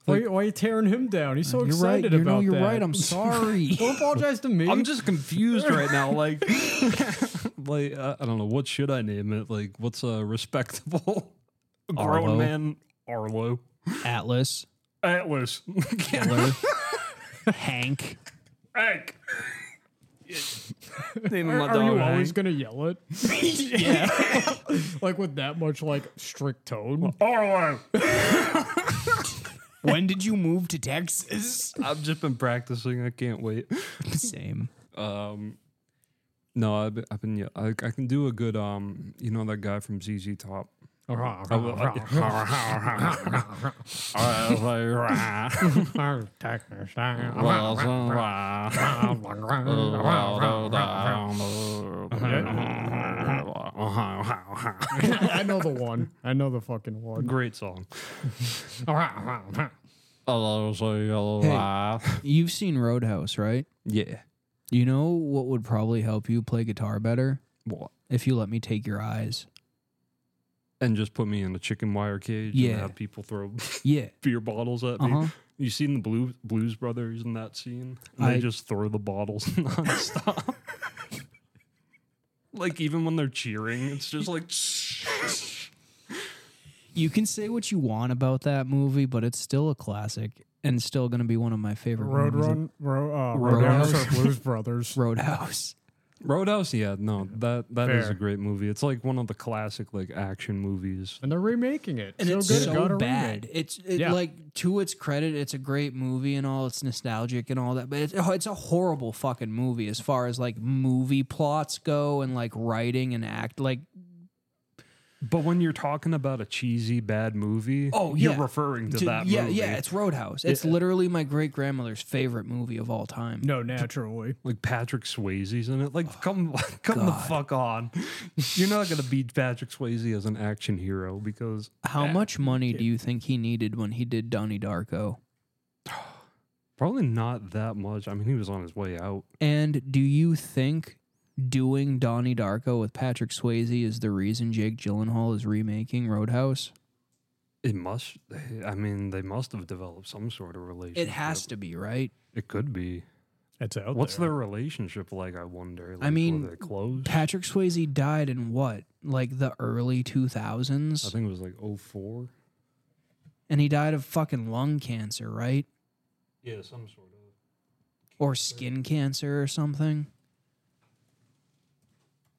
Why, why are you tearing him down? He's so You're right. excited You about know you're that. right. I'm sorry. Don't apologize to me. I'm just confused right now. Like, like I, I don't know what should I name it. Like, what's a respectable grown Arlo. man? Arlo. Atlas, Atlas. Hitler, Hank. Hank. Name of Are, my are dog. you always gonna yell it? like with that much like strict tone. when did you move to Texas? I've just been practicing. I can't wait. Same. Um, no, I've been, I've been yeah, I, I can do a good um. You know that guy from ZZ Top. I will- uh, oh, I know the one. I know the fucking one. Great song. You've seen Roadhouse, right? Yeah. You know what would probably help you play guitar better? What? If you let me take your eyes. And just put me in a chicken wire cage Yeah. and have people throw Yeah. beer bottles at me. Uh-huh. You seen the Blue, Blues Brothers in that scene? And I- they just throw the bottles nonstop. like even when they're cheering, it's just like You can say what you want about that movie, but it's still a classic and still going to be one of my favorite Road movies. Run, ro- uh, Roadhouse. Roadhouse or Blues Brothers. Roadhouse. Roadhouse. Yeah, no, that that is Fair. a great movie. It's like one of the classic like action movies. And they're remaking it. And so it's good, it got so a bad. remake. It's it, Yeah. like to its credit, it's a great movie and all. It's nostalgic and all that, but it's, oh, it's a horrible fucking movie as far as like movie plots go and like writing and act. Like But when you're talking about a cheesy bad movie, Oh, you're yeah. referring to, to- that yeah, movie. yeah, it's Roadhouse. It's literally my great grandmother's favorite movie of all time. No, naturally. like Patrick Swayze's in it. Like, come, come the fuck on! You're not gonna beat Patrick Swayze as an action hero because How much money do you think he needed when he did Donnie Darko? Probably not that much. I mean, he was on his way out. And do you think doing Donnie Darko with Patrick Swayze is the reason Jake Gyllenhaal is remaking Roadhouse? It must. I mean, they must have developed some sort of relationship. It has to be, right? It could be. It's out What's there. their relationship like? I wonder. I mean, were they close. Patrick Swayze died in what? Like the early I 2000s? think it was like 04. And he died of fucking lung cancer, right? Yeah, some sort of. Or skin cancer or something.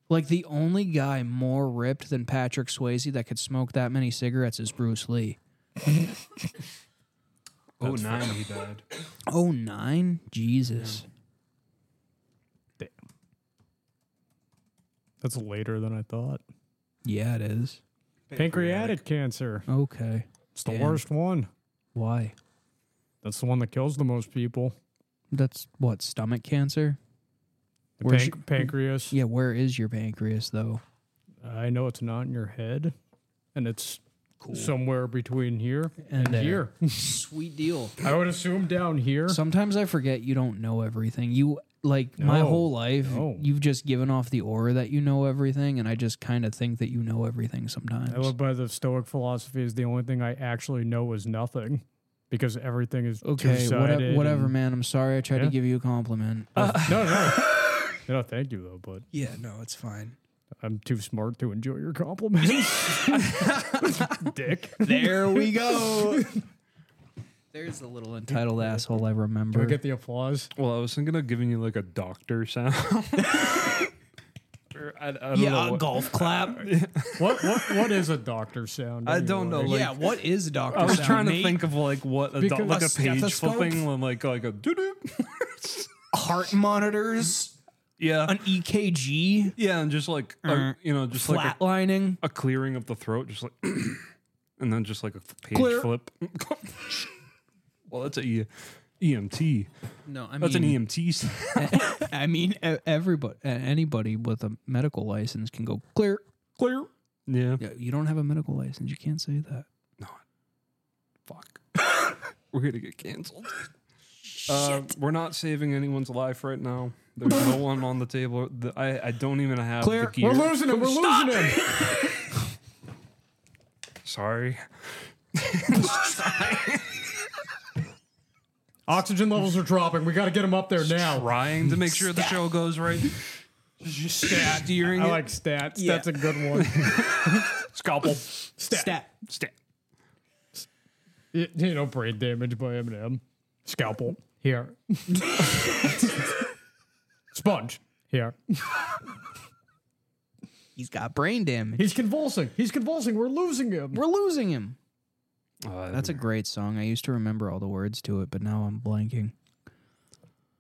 Like the only guy more ripped than Patrick Swayze that could smoke that many cigarettes is Bruce Lee. Oh nine, he died. Oh nine? Jesus. That's later than I thought. Yeah, it is. Pancreatic cancer. Okay. It's the Damn. worst one. Why? That's the one that kills the most people. That's what stomach cancer. The panc- Where's your- pancreas. Yeah, where is your pancreas though? I know it's not in your head, and it's somewhere between here And and, there. here. Sweet deal. I would assume down here. Sometimes I forget you don't know everything. You like my No, whole life, no. you've just given off the aura that you know everything, and I just kind of think that you know everything sometimes. I live by the Stoic philosophy is the only thing I actually know is nothing, because everything is okay, two-sided whatever, whatever, and- man. I'm sorry I tried to Yeah. give you a compliment. no, no, no. Thank you though, but yeah, no, it's fine. I'm too smart to enjoy your compliments, Dick. There we go. There's the little entitled asshole I remember. Do I get the applause? Well, I was thinking of giving you like a doctor sound. Or I, I don't know. yeah, what- golf clap. What what what is a doctor sound? I don't know. anyway? Like, yeah, what is doctor? I was sound, trying to Nate? think of like what a doc- Because- like A a page stethoscope? flipping and like like a doo doo. Heart monitors, yeah, an E EKG, yeah, and just like a, you know, just like a flatlining. a clearing of the throat, just like, and then just like a f- page Clear. flip. well, that's a E- EMT. no, I That's mean, an E EMT. sound. I mean, e- everybody, a- anybody with a medical license can go clear. Clear. Yeah. Yeah, You don't have a medical license. You can't say that. Fuck. we're gonna get canceled. Uh, we're not saving anyone's life right now. There's no one on the table. The- I, I don't even have Clear. the gear. We're losing him. We're losing him. Sorry. Oxygen levels are dropping. We got to get him up there now. Trying to make sure the show goes right. Stat. Steering I it. like stats. Yeah. That's a good one. Scalpel. Stat. stat. Stat. Y- You know, brain damage by Eminem. Scalpel. Here. Sponge. Here. He's got brain damage. He's convulsing. He's convulsing. We're losing him. We're losing him. Uh, That's a great song. I used to remember all the words to it, but now I'm blanking.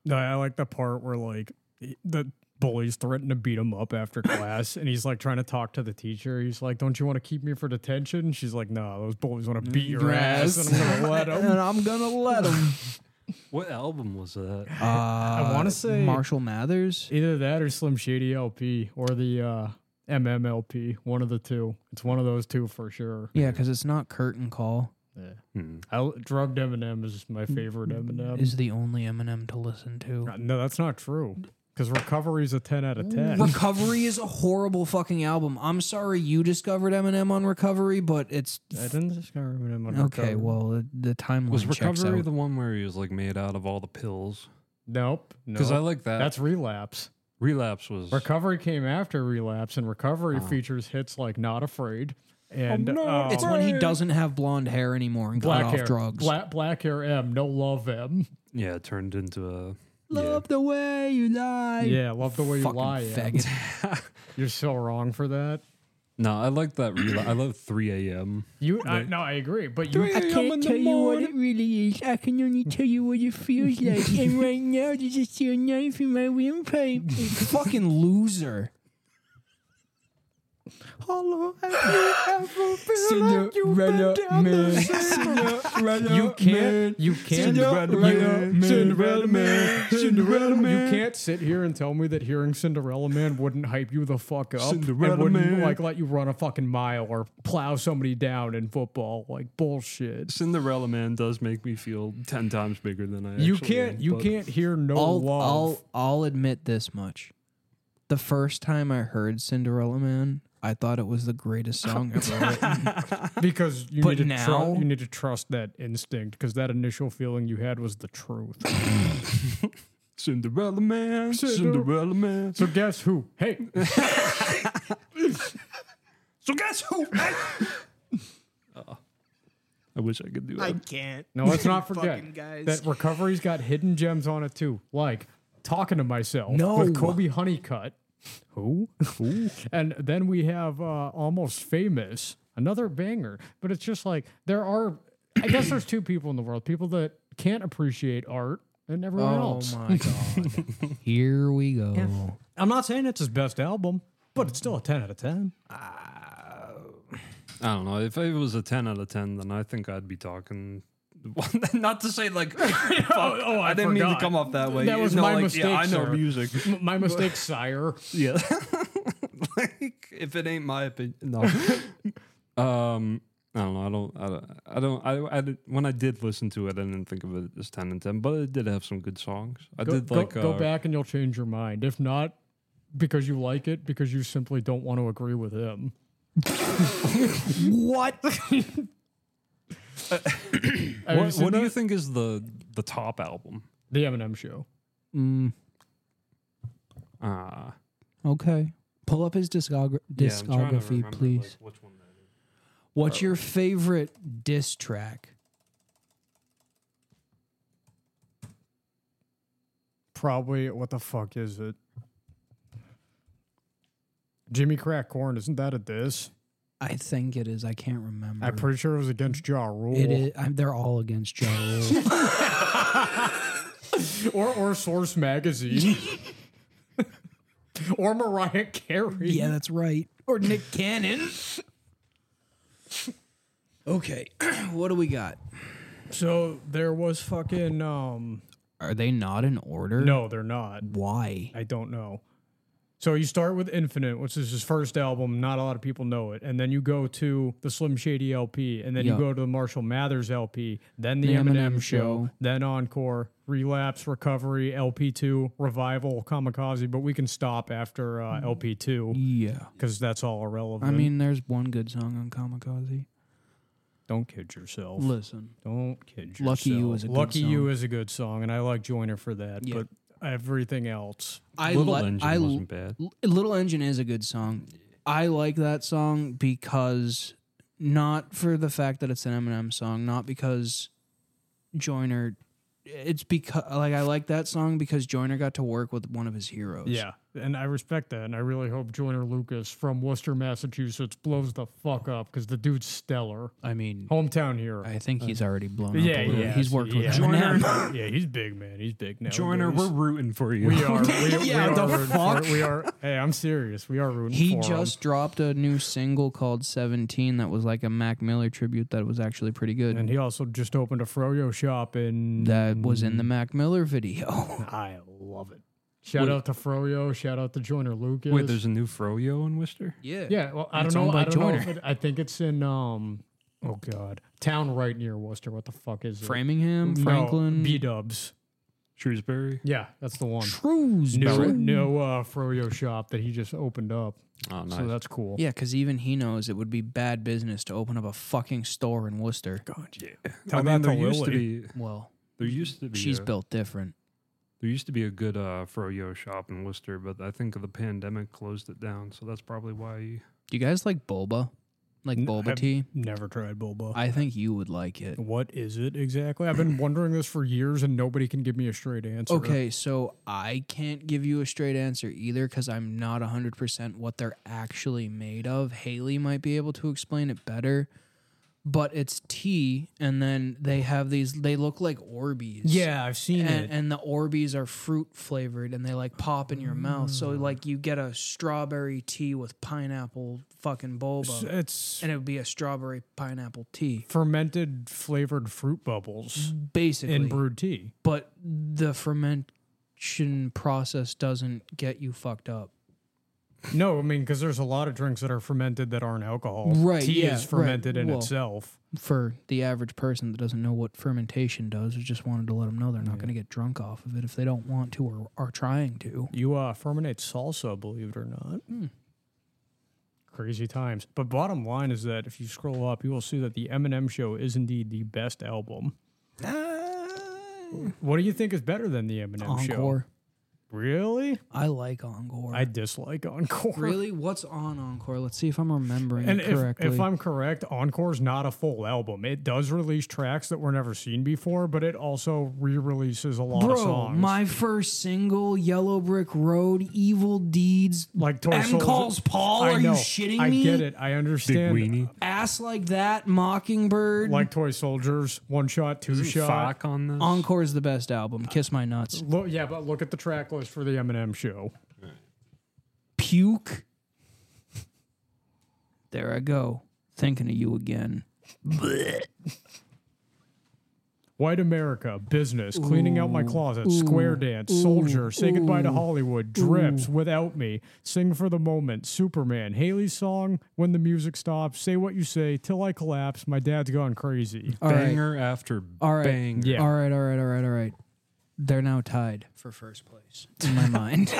No, I like the part where like the bullies threaten to beat him up after class, and he's like trying to talk to the teacher. He's like, "Don't you want to keep me for detention?" And she's like, "No, those bullies Mm, want to beat your ass, and I'm gonna let them." And I'm gonna let him. what album was that? Uh, I wanna say- Marshall Mathers. Either that or Slim Shady LP or the uh, MMLP, one of the two. It's one of those two for sure. Yeah, because it's not curtain call. I, drugged Eminem is my favorite Eminem. Is the only Eminem to listen to. no, that's not true. Because Recovery's a 10 out of 10. Recovery is a horrible fucking album. I'm sorry you discovered Eminem on Recovery, but it's I didn't discover Eminem on okay. Recovery. Well, the, the timeline Was checks Recovery out. the one where he was like made out of all the pills? Nope. No. Because I like that. That's Relapse. Relapse was. Recovery came after Relapse, and Recovery features hits like Not Afraid and uh, Ah. Oh, it's when he doesn't have blonde hair anymore and got Black off Hair. drugs. Black, Black Hair M, No Love M. yeah, it turned into a. Love the way you lie. Yeah, love the way you Fucking lie. M. faggot. You're so wrong for that. No, I like that. Rela- I love 3 a.m. You I, no, I agree, but you I can't tell you what it really is. I can only tell you what it feels like. and right now, there's a steel knife in my windpipe. Fucking loser. you can't you can't Cinderella you, Man. Cinderella Man, Cinderella Man. You can't sit here and tell me that hearing Cinderella Man wouldn't hype you the fuck up Cinderella and wouldn't Man. like let you run a fucking mile or plow somebody down in football like bullshit. Cinderella Man does make me feel 10 times bigger than I You actually can't am, you but can't hear no I'll, love. I'll, I'll admit this much. The first time I heard Cinderella Man, I thought it was the greatest song ever written. Because you But need to now- trust you need to trust that instinct because that initial feeling you had was the truth. Cinderella Man. Cinder- Cinderella Man. so guess who? Hey, So guess who? Oh. I wish I could do that. can't. no, let's not forget Fucking guys. that recovery's got hidden gems on it too, like talking to myself No. with Kobe Honeycutt. Who? Who? and then we have uh, almost famous, another banger. But it's just like there are. I guess there's two people in the world: people that can't appreciate art and everyone oh else. my god. Here we go. I'm not saying it's his best album, but it's still a 10 out of 10. I don't know. If it was a 10 out of 10, then I think I'd be talking. Not to say like, Oh, oh I, didn't mean to forgot. come off that way. That was No, my like, mistake. Yeah, I know sir. music. M- my mistake, sire. Yeah. like if it ain't my opinion, no. um, I don't know. I don't. I don't. I don't. I, I did, when I did listen to it, I didn't think of it as ten and ten, but it did have some good songs. I Go, did go- like go uh, back and you'll change your mind. If not, because you like it, because you simply don't want to agree with him. What? I mean, What, so what do the- you think is the the top album? The Eminem Show. Mm, Uh, okay. Pull up his discogra- yeah, I'm trying to discography, remember, please. like, which one that is. What's your favorite diss track? Probably, what the fuck is it? Jimmy Crack Corn, isn't that a diss? I think it is. I can't remember. I'm pretty sure it was against Ja Rule. It is. I'm, they're all against Ja Rule. Or, or Source Magazine. or Mariah Carey. yeah, that's right. Or Nick Cannon. okay, what do we got? So there was fucking um Are they not in order? No, they're not. Why? I don't know. So you start with Infinite, which is his first album, not a lot of people know it, and then you go to the Slim Shady LP, and then Yeah. you go to the Marshall Mathers LP, then the, The Eminem, Eminem show, Show. then Encore, Relapse, Recovery, LP2, Revival, Kamikaze, but we can stop after uh, LP2 Yeah. because that's all irrelevant. I mean, there's one good song on Kamikaze. don't kid yourself. Listen, Don't kid yourself. Lucky You is a good Lucky You song. is a good song, and I like Joyner for that. Yeah. But everything else, I Little li- Engine I wasn't bad. L- Little Engine is a good song. I like that song because not for the fact that it's an Eminem song, not because Joyner it's because like I like that song because Joyner got to work with one of his heroes. Yeah, and I respect that, and I really hope Joyner Lucas from Worcester, Massachusetts, blows the fuck up because the dude's stellar, I mean, hometown hero. I think he's already blown up. yeah, a little. yeah, he's worked yeah. with Eminem. yeah, he's big, man. He's big now. Joiner, we're rooting for you. We are. We, Yeah, we are the rooting for- we are. Hey, I'm serious. We are rooting He for just dropped a new single called 17 that was like a Mac Miller tribute that was actually pretty good. him. And he also just opened a froyo shop in. that was in the Mac Miller video. I love it. Shout out to froyo. Shout out to Joyner Lucas. Wait, there's a new Froyo in Worcester? yeah. yeah. Well, I It's don't know. owned by I don't know. if Joyner. it- I think it's in um. Oh God, town right near Worcester. What the fuck is it? Framingham, Franklin, B Dubs. Shrewsbury? Yeah, that's the one. New, Shrewsbury. new uh, froyo shop that he just opened up. Oh, nice. So that's cool. Yeah, because even he knows it would be bad business to open up a fucking store in Worcester. Tell I that mean, there to used to Lily. be Well, there used to be she's a, built different. there used to be a good uh, froyo shop in Worcester, but I think the pandemic closed it down, so that's probably why. Do you guys like boba? Like boba I've tea? Never tried boba. I think you would like it. What is it exactly? I've been wondering this for years and nobody can give me a straight answer. Okay, so I can't give you a straight answer either because I'm not 100% what they're actually made of. Haley might be able to explain it better, but it's tea, and then they have these, they look like Orbeez. I've seen And, and the Orbeez are fruit flavored and they like pop in your mouth. So, like, you get a strawberry tea with pineapple fucking boba, It's and it would be a strawberry pineapple tea, fermented flavored fruit bubbles basically. in brewed tea. but the fermentation process doesn't get you fucked up. No, I mean, because there's a lot of drinks that are fermented that aren't alcohol. Right, Tea yeah, is right. fermented in Well, itself. For the average person that doesn't know what fermentation does, I just wanted to let them know they're not going to get drunk off of it if they don't want to or are trying to. You uh, fermentate salsa, believe it or not. Hmm. Crazy times. But bottom line is that if you scroll up, you will see that the Eminem Show is indeed the best album. What do you think is better than the Eminem Ah. Show? Encore. Really? I like Encore. I dislike Encore. really? What's on Encore? Let's see if I'm remembering And it if, correctly. if I'm correct, Encore's not a full album. It does release tracks that were never seen before, but it also re-releases a lot Bro, of songs. my first single, Yellow Brick Road, Evil Deeds, like Toy M Soldier- calls Paul. Oh, I Are you know. shitting I me? get it. I Big understand. weenie. Ass Like That, Mockingbird. Like toy soldiers, one shot, 2 shot. Fuck on this. Encore is the best album. Kiss My Nuts. Look, yeah, but look at the track list for the Eminem show. puke. There I go, thinking of you again. White America, business, cleaning out my closet, square dance, soldier, say goodbye to Hollywood, drips, without me, sing for the moment, Superman, Haley's song, when the music stops, say what you say, till I collapse, my dad's gone crazy. All right, banger after All right. banger. Yeah. all right, all right, all right, all right. They're now tied for first place in my mind.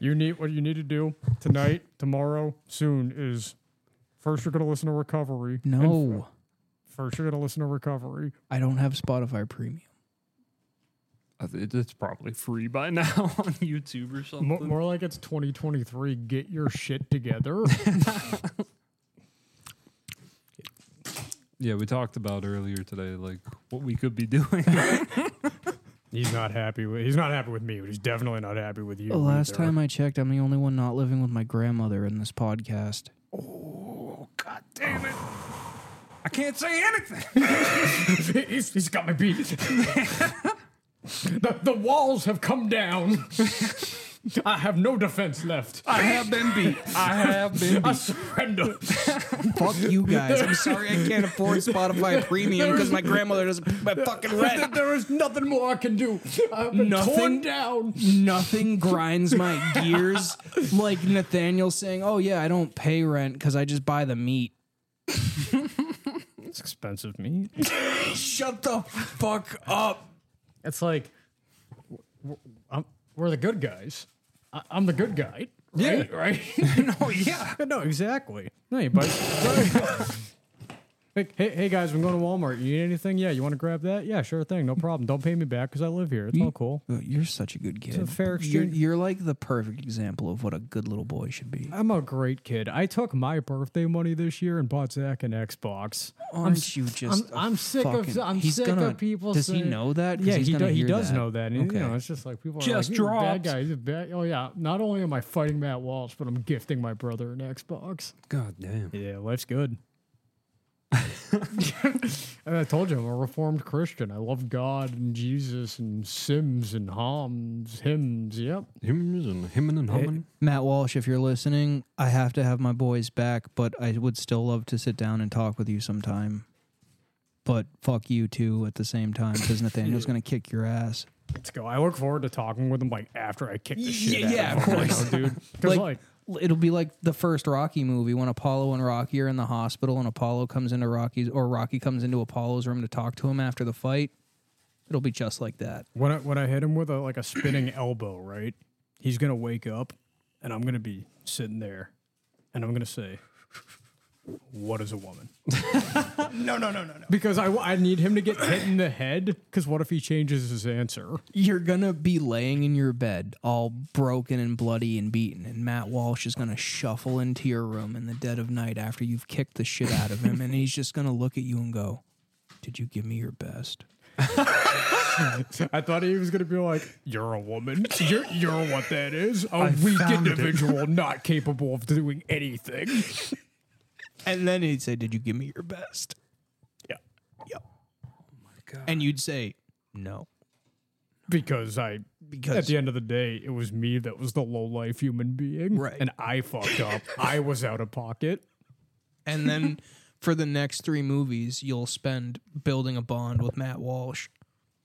You need what you need to do tonight, tomorrow, soon is first you're gonna listen to recovery. No, First you're gonna listen to recovery. I don't have Spotify Premium. I th- It's probably free by now on YouTube or Mo- something. more like it's 2023. Get your shit together. Yeah, we talked about earlier today, like what we could be doing. he's not happy with. He's not happy with me, but he's definitely not happy with you. The last either. time I checked, I'm the only one not living with my grandmother in this podcast. God damn it! I can't say anything. he's, he's got my beat. the, the walls have come down. I have no defense left. I have been beat. I have been I surrender. Fuck you guys. I'm sorry I can't afford Spotify Premium because my grandmother doesn't pay my fucking There- rent. there is nothing more I can do. I've been torn Nothing? down. Nothing grinds my gears like Nathaniel saying, "Oh yeah, I don't pay rent because I just buy the meat." It's expensive meat. Shut the fuck up. It's like w- w- I'm- we're the good guys. I, I'm the good guy. Right? Right? Oh yeah. no, exactly. No, you bite. Like, hey, hey guys, I'm going to Walmart. You need anything? Yeah, you want to grab that? Yeah, sure thing. No problem. Don't pay me back because I live here. It's all cool. Oh, You're such a good kid. a fair You're, exchange. you're like the perfect example of what a good little boy should be. I'm a great kid. I took my birthday money this year and bought Zach an Xbox. Aren't you just? I'm, a I'm sick fucking- of I'm he's sick gonna, of people. Does he saying- know that? 'Cause Yeah, he's he, gonna do, he hear does know that. And, Okay. You know, it's just like people are Just like, "He's a bad dropped." guy. He's a bad. Oh yeah. Not only am I fighting Matt Walsh, but I'm gifting my brother an Xbox. God damn. Yeah, life's good. and I told you I'm a reformed Christian. I love God and Jesus and Sims and Homs, hymns. Yep. Him and him and humming. Matt Walsh, if you're listening, I have to have my boys back, but I would still love to sit down and talk with you sometime. But fuck you too at the same time because Nathaniel's gonna kick your ass. Let's go. I look forward to talking with him like after I kick the shit Yeah, out yeah, of of him, right course. now, dude. Because like it'll be like the first Rocky movie when Apollo and Rocky are in the hospital and Apollo comes into Rocky's or Rocky comes into Apollo's room to talk to him after the fight. It'll be just like that. when I when I hit him with a like a spinning elbow, right? He's gonna wake up, and I'm gonna be sitting there, and I'm gonna say, "What is a woman?" no, no, no, no, no. Because I I need him to get hit in the head. Because what if he changes his answer? You're gonna be laying in your bed, all broken and bloody and beaten, and Matt Walsh is gonna shuffle into your room in the dead of night after you've kicked the shit out of him, and he's just gonna look at you and go, "Did you give me your best?" I thought he was gonna be like, "You're a woman. You're you're what that is. A weak found it." individual, not capable of doing anything." And then he'd say, "Did you give me your best?" Yeah, And you'd say, "No." because I. At Because the end of the day, it was me that was the low life human being, Right. And I fucked up. I was out of pocket. and then for the next three movies, you'll spend building a bond with Matt Walsh.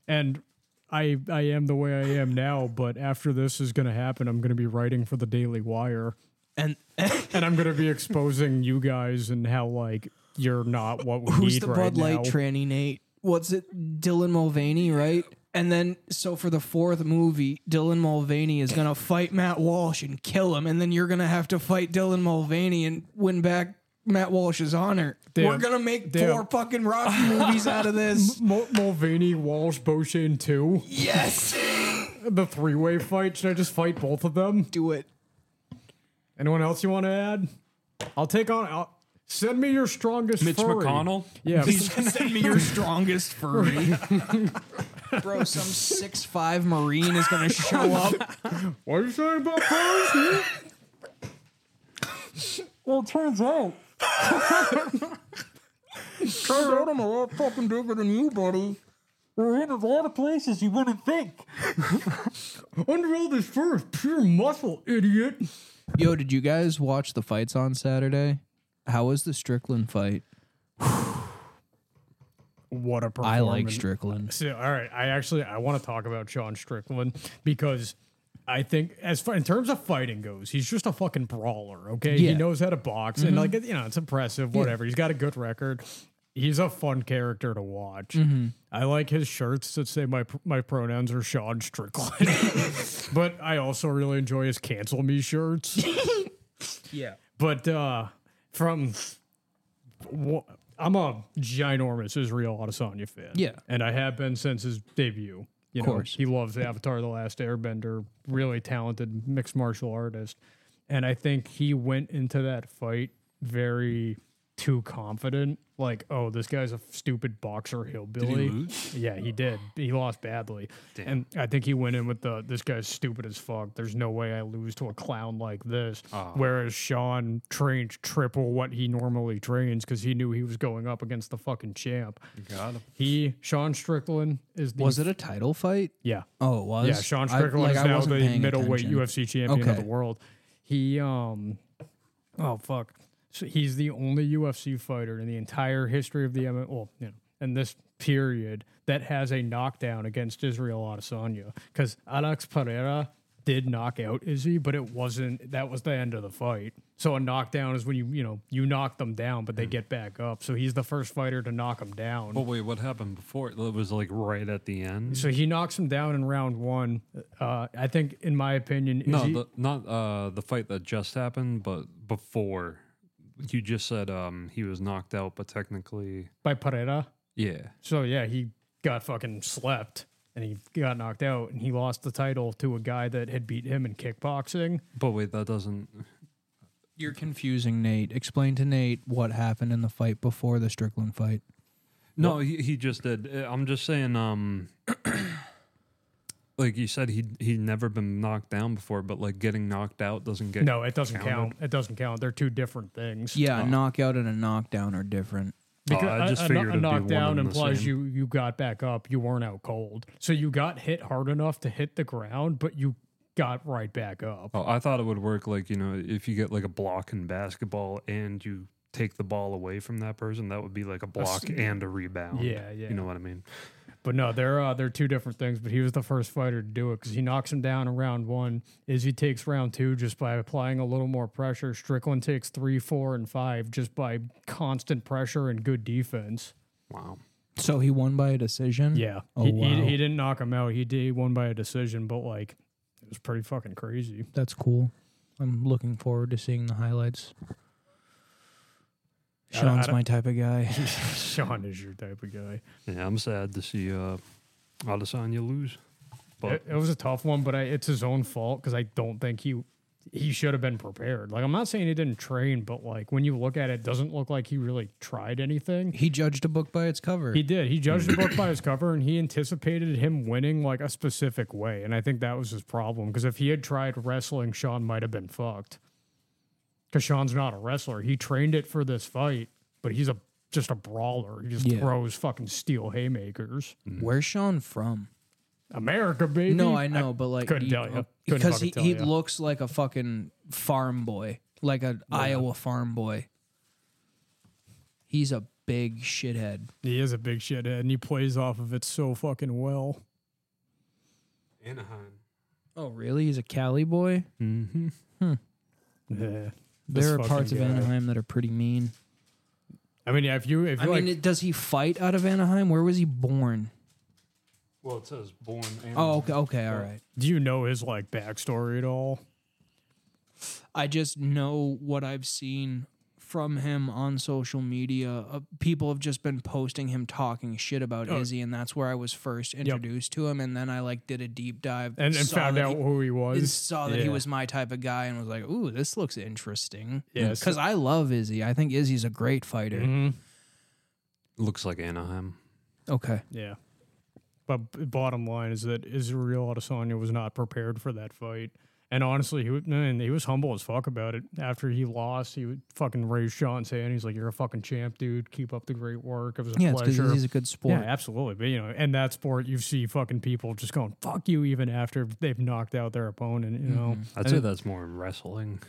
and I I am the way I am now. But after this is going to happen, I'm going to be writing for the Daily Wire, And and I'm going to be exposing you guys and how like you're not what we who's need the right Bud now. Light tranny, Nate? What's it? Dylan Mulvaney, right? And then, so for the fourth movie, Dylan Mulvaney is gonna fight Matt Walsh and kill him, and then you're gonna have to fight Dylan Mulvaney and win back Matt Walsh's honor. We're Damn. gonna make Damn. four fucking Rocky movies out of this. Mul- Mulvaney, Walsh, Beauchene, too. Yes, The three way fight. Should I just fight both of them? do it. Anyone else you want to add? I'll take on. I'll, send me your strongest. Mitch furry. McConnell. Yeah. Send me your strongest furry, bro. Some six five marine is gonna show up. what are you saying about furries? Well, it turns out. I don't know. I'll fucking do better than you, buddy. We're in a lot of places you wouldn't think. Unroll this fur is pure muscle, idiot. Yo, did you guys watch the fights on Saturday? How was the Strickland fight? What a performance! I like Strickland. So, all right, I actually I want to talk about Sean Strickland because I think as far, in terms of fighting goes, he's just a fucking brawler. Okay, he Yeah. Mm-hmm. knows how to box and like you know it's impressive. Whatever, he's got a good record. He's a fun character to watch. Mm-hmm. I like his shirts that say my my pronouns are Sean Strickland, but I also really enjoy his cancel me shirts. Yeah. But uh from wha- I'm a ginormous Israel Adesanya fan. Yeah. and I have been since his debut. You know, course. he loves Avatar: The Last Airbender. Really talented mixed martial artist, and I think he went into that fight very too confident. Like, oh, this guy's a stupid boxer hillbilly. Yeah, he did. He lost badly, and I think he went in with the this guy's stupid as fuck. There's no way I lose to a clown like this. Whereas Sean trained triple what he normally trains because he knew he was going up against the fucking champ. Got him. He Sean Strickland is the Was it a title fight? yeah Oh, it was. yeah Sean I- Strickland like, is I now wasn't the paying middleweight attention. UFC champion of Okay. the world. He um oh fuck so he's the only UFC fighter in the entire history of the MMA well you know in this period that has a knockdown against Israel Adesanya because Alex Pereira did knock out Izzy but it wasn't that was the end of the fight so a knockdown is when you you know you knock them down but they Mm. get back up so he's the first fighter to knock them down But Oh, wait, what happened before? It was like right at the end. so he knocks him down in round one. Uh, I think, in my opinion, No, Izzy- the, not uh, the fight that just happened, but before you just said um, he was knocked out, but technically, by Pereira. yeah, So yeah, he got fucking slept and he got knocked out and he lost the title to a guy that had beat him in kickboxing. but wait, that doesn't. You're confusing Nate. Explain to Nate what happened in the fight before the Strickland fight. No, he, he just did. Uh, I'm just saying, um, like you said, he he'd never been knocked down before, but like getting knocked out doesn't get No, it doesn't Counted. count. It doesn't count. They're two different things. Yeah, a knockout and a knockdown are different. Oh, I a- just a, figured kno- it'd be a one knockdown and the implies same. you you got back up. You weren't out cold, so you got hit hard enough to hit the ground, but you got right back up. Oh, I thought it would work like, you know, if you get like a block in basketball and you take the ball away from that person, that would be like a block and a rebound. Yeah, yeah. You know what I mean? But no, they're uh, they're two different things. But he was the first fighter to do it because he knocks him down in round one. Is he takes round two just by applying a little more pressure. Strickland takes three, four, and five just by constant pressure and good defense. Wow. So he won by a decision? Yeah, Oh, he, wow. he, he didn't knock him out. He did won by a decision, but like it was pretty fucking crazy. That's cool. I'm looking forward to seeing the highlights. I don't- I Sean's don't- my type of guy. Sean is your type of guy. Yeah, I'm sad to see uh Adesanya lose. But It, it was a tough one, but I, it's his own fault because I don't think he he should have been prepared. Like I'm not saying he didn't train, but like when you look at it, it doesn't look like he really tried anything. He judged a book by its cover. He did. He judged the book by his cover, and he anticipated him winning like a specific way, and I think that was his problem. Because if he had tried wrestling, Sean might have been fucked. Because Sean's not a wrestler. He trained it for this fight, but he's a just a brawler. He just Yeah. throws fucking steel haymakers. Where's Sean from? America, baby. No, I know, but like couldn't he- tell ya. Couldn't because fucking he, tell he ya. looks like a fucking farm boy, like an Iowa farm boy. He's a big shithead. He is a big shithead, and he plays off of it so fucking well. Anaheim. Oh, really? He's a Cali boy. Mm-hmm. Yeah. There are parts of Anaheim that are pretty mean. I mean, yeah, if you if I you like, mean, it- does he fight out of Anaheim? Where was he born? Well, it says born Oh, okay, okay, all right. do you know his like backstory at all? I just know what I've seen from him on social media. Uh, people have just been posting him talking shit about Oh. Izzy, and that's where I was first introduced to him. And then I like did a deep dive And, and saw found that out he- who he was. and saw that he Yeah. was my type of guy, and was like, "Ooh, this looks interesting." Yeah, so- because I love Izzy. I think Izzy's a great fighter. Looks like Anaheim. Mm-hmm. Okay, Yeah. But b- bottom line is that Israel Adesanya was not prepared for that fight. And honestly, he was, man, he was humble as fuck about it. After he lost, he would fucking raise Sean's hand. He's like, "You're a fucking champ, dude. Keep up the great work. It was a yeah, it's pleasure." because he's a good sport. Yeah, absolutely. But you know, in that sport, you see fucking people just going "fuck you" even after they've knocked out their opponent. You Mm-hmm. know, I'd say that's more in wrestling.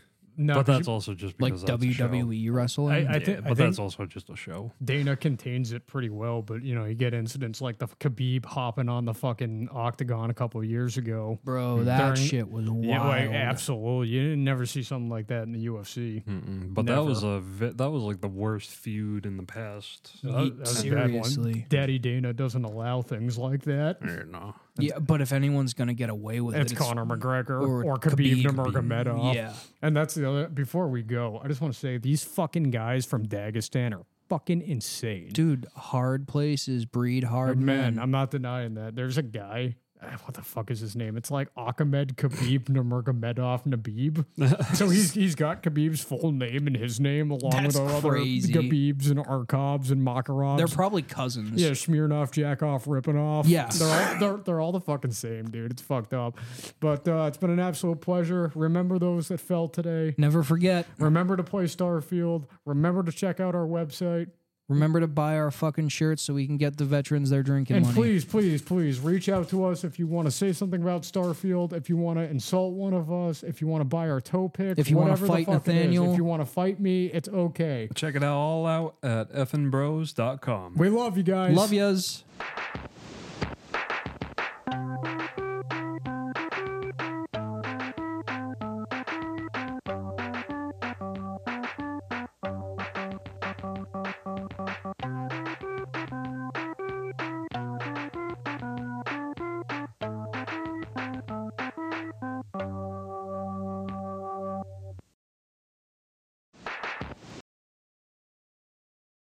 no, but 'cause that's you- also just like E. because that's a show. WWE wrestling. I, I, Yeah, thi- I but think that's also just a show. Dana contains it pretty well. But you know, you get incidents like the Khabib hopping on the fucking octagon a couple of years ago. Bro, that During- shit was wild. Yeah, like, absolutely. You didn't never see something like that in the UFC. Mm-mm. But that was a vi- that was like the worst feud in the past. That- that was a bad one. Seriously. Daddy Dana doesn't allow things like that. Yeah, no. Yeah, but if anyone's gonna get away with It's, it, Conor McGregor or or, Khabib, Khabib. Nurmagomedov. Yeah. And that's the other. Before we go, I just want to say these fucking guys from Dagestan are fucking insane. dude. Hard places breed hard men. Man, I'm not denying that. There's a guy. ah, What the fuck is his name? It's like Ahmed Khabib Nurmagomedov Nabib. so he's he's got Khabib's full name and his name along That's with our crazy. other Khabibs and Arkabs and Makarovs. They're probably cousins. Yeah, Smirnoff, Jackoff, Ripinoff. Yeah. They're all, they're, they're all the fucking same, dude. It's fucked up. But uh, it's been an absolute pleasure. Remember those that fell today. Never forget. Remember to play Starfield. Remember to check out our website. Remember to buy our fucking shirts so we can get the veterans their drinking And money. please, please, please reach out to us if you want to say something about Starfield, if you want to insult one of us, if you want to buy our toe pick, If you wanna whatever the fight fuck it is. Nathaniel. If you want to fight me, it's okay. Check it all out at effingmbros.com. We love you guys. Love yas.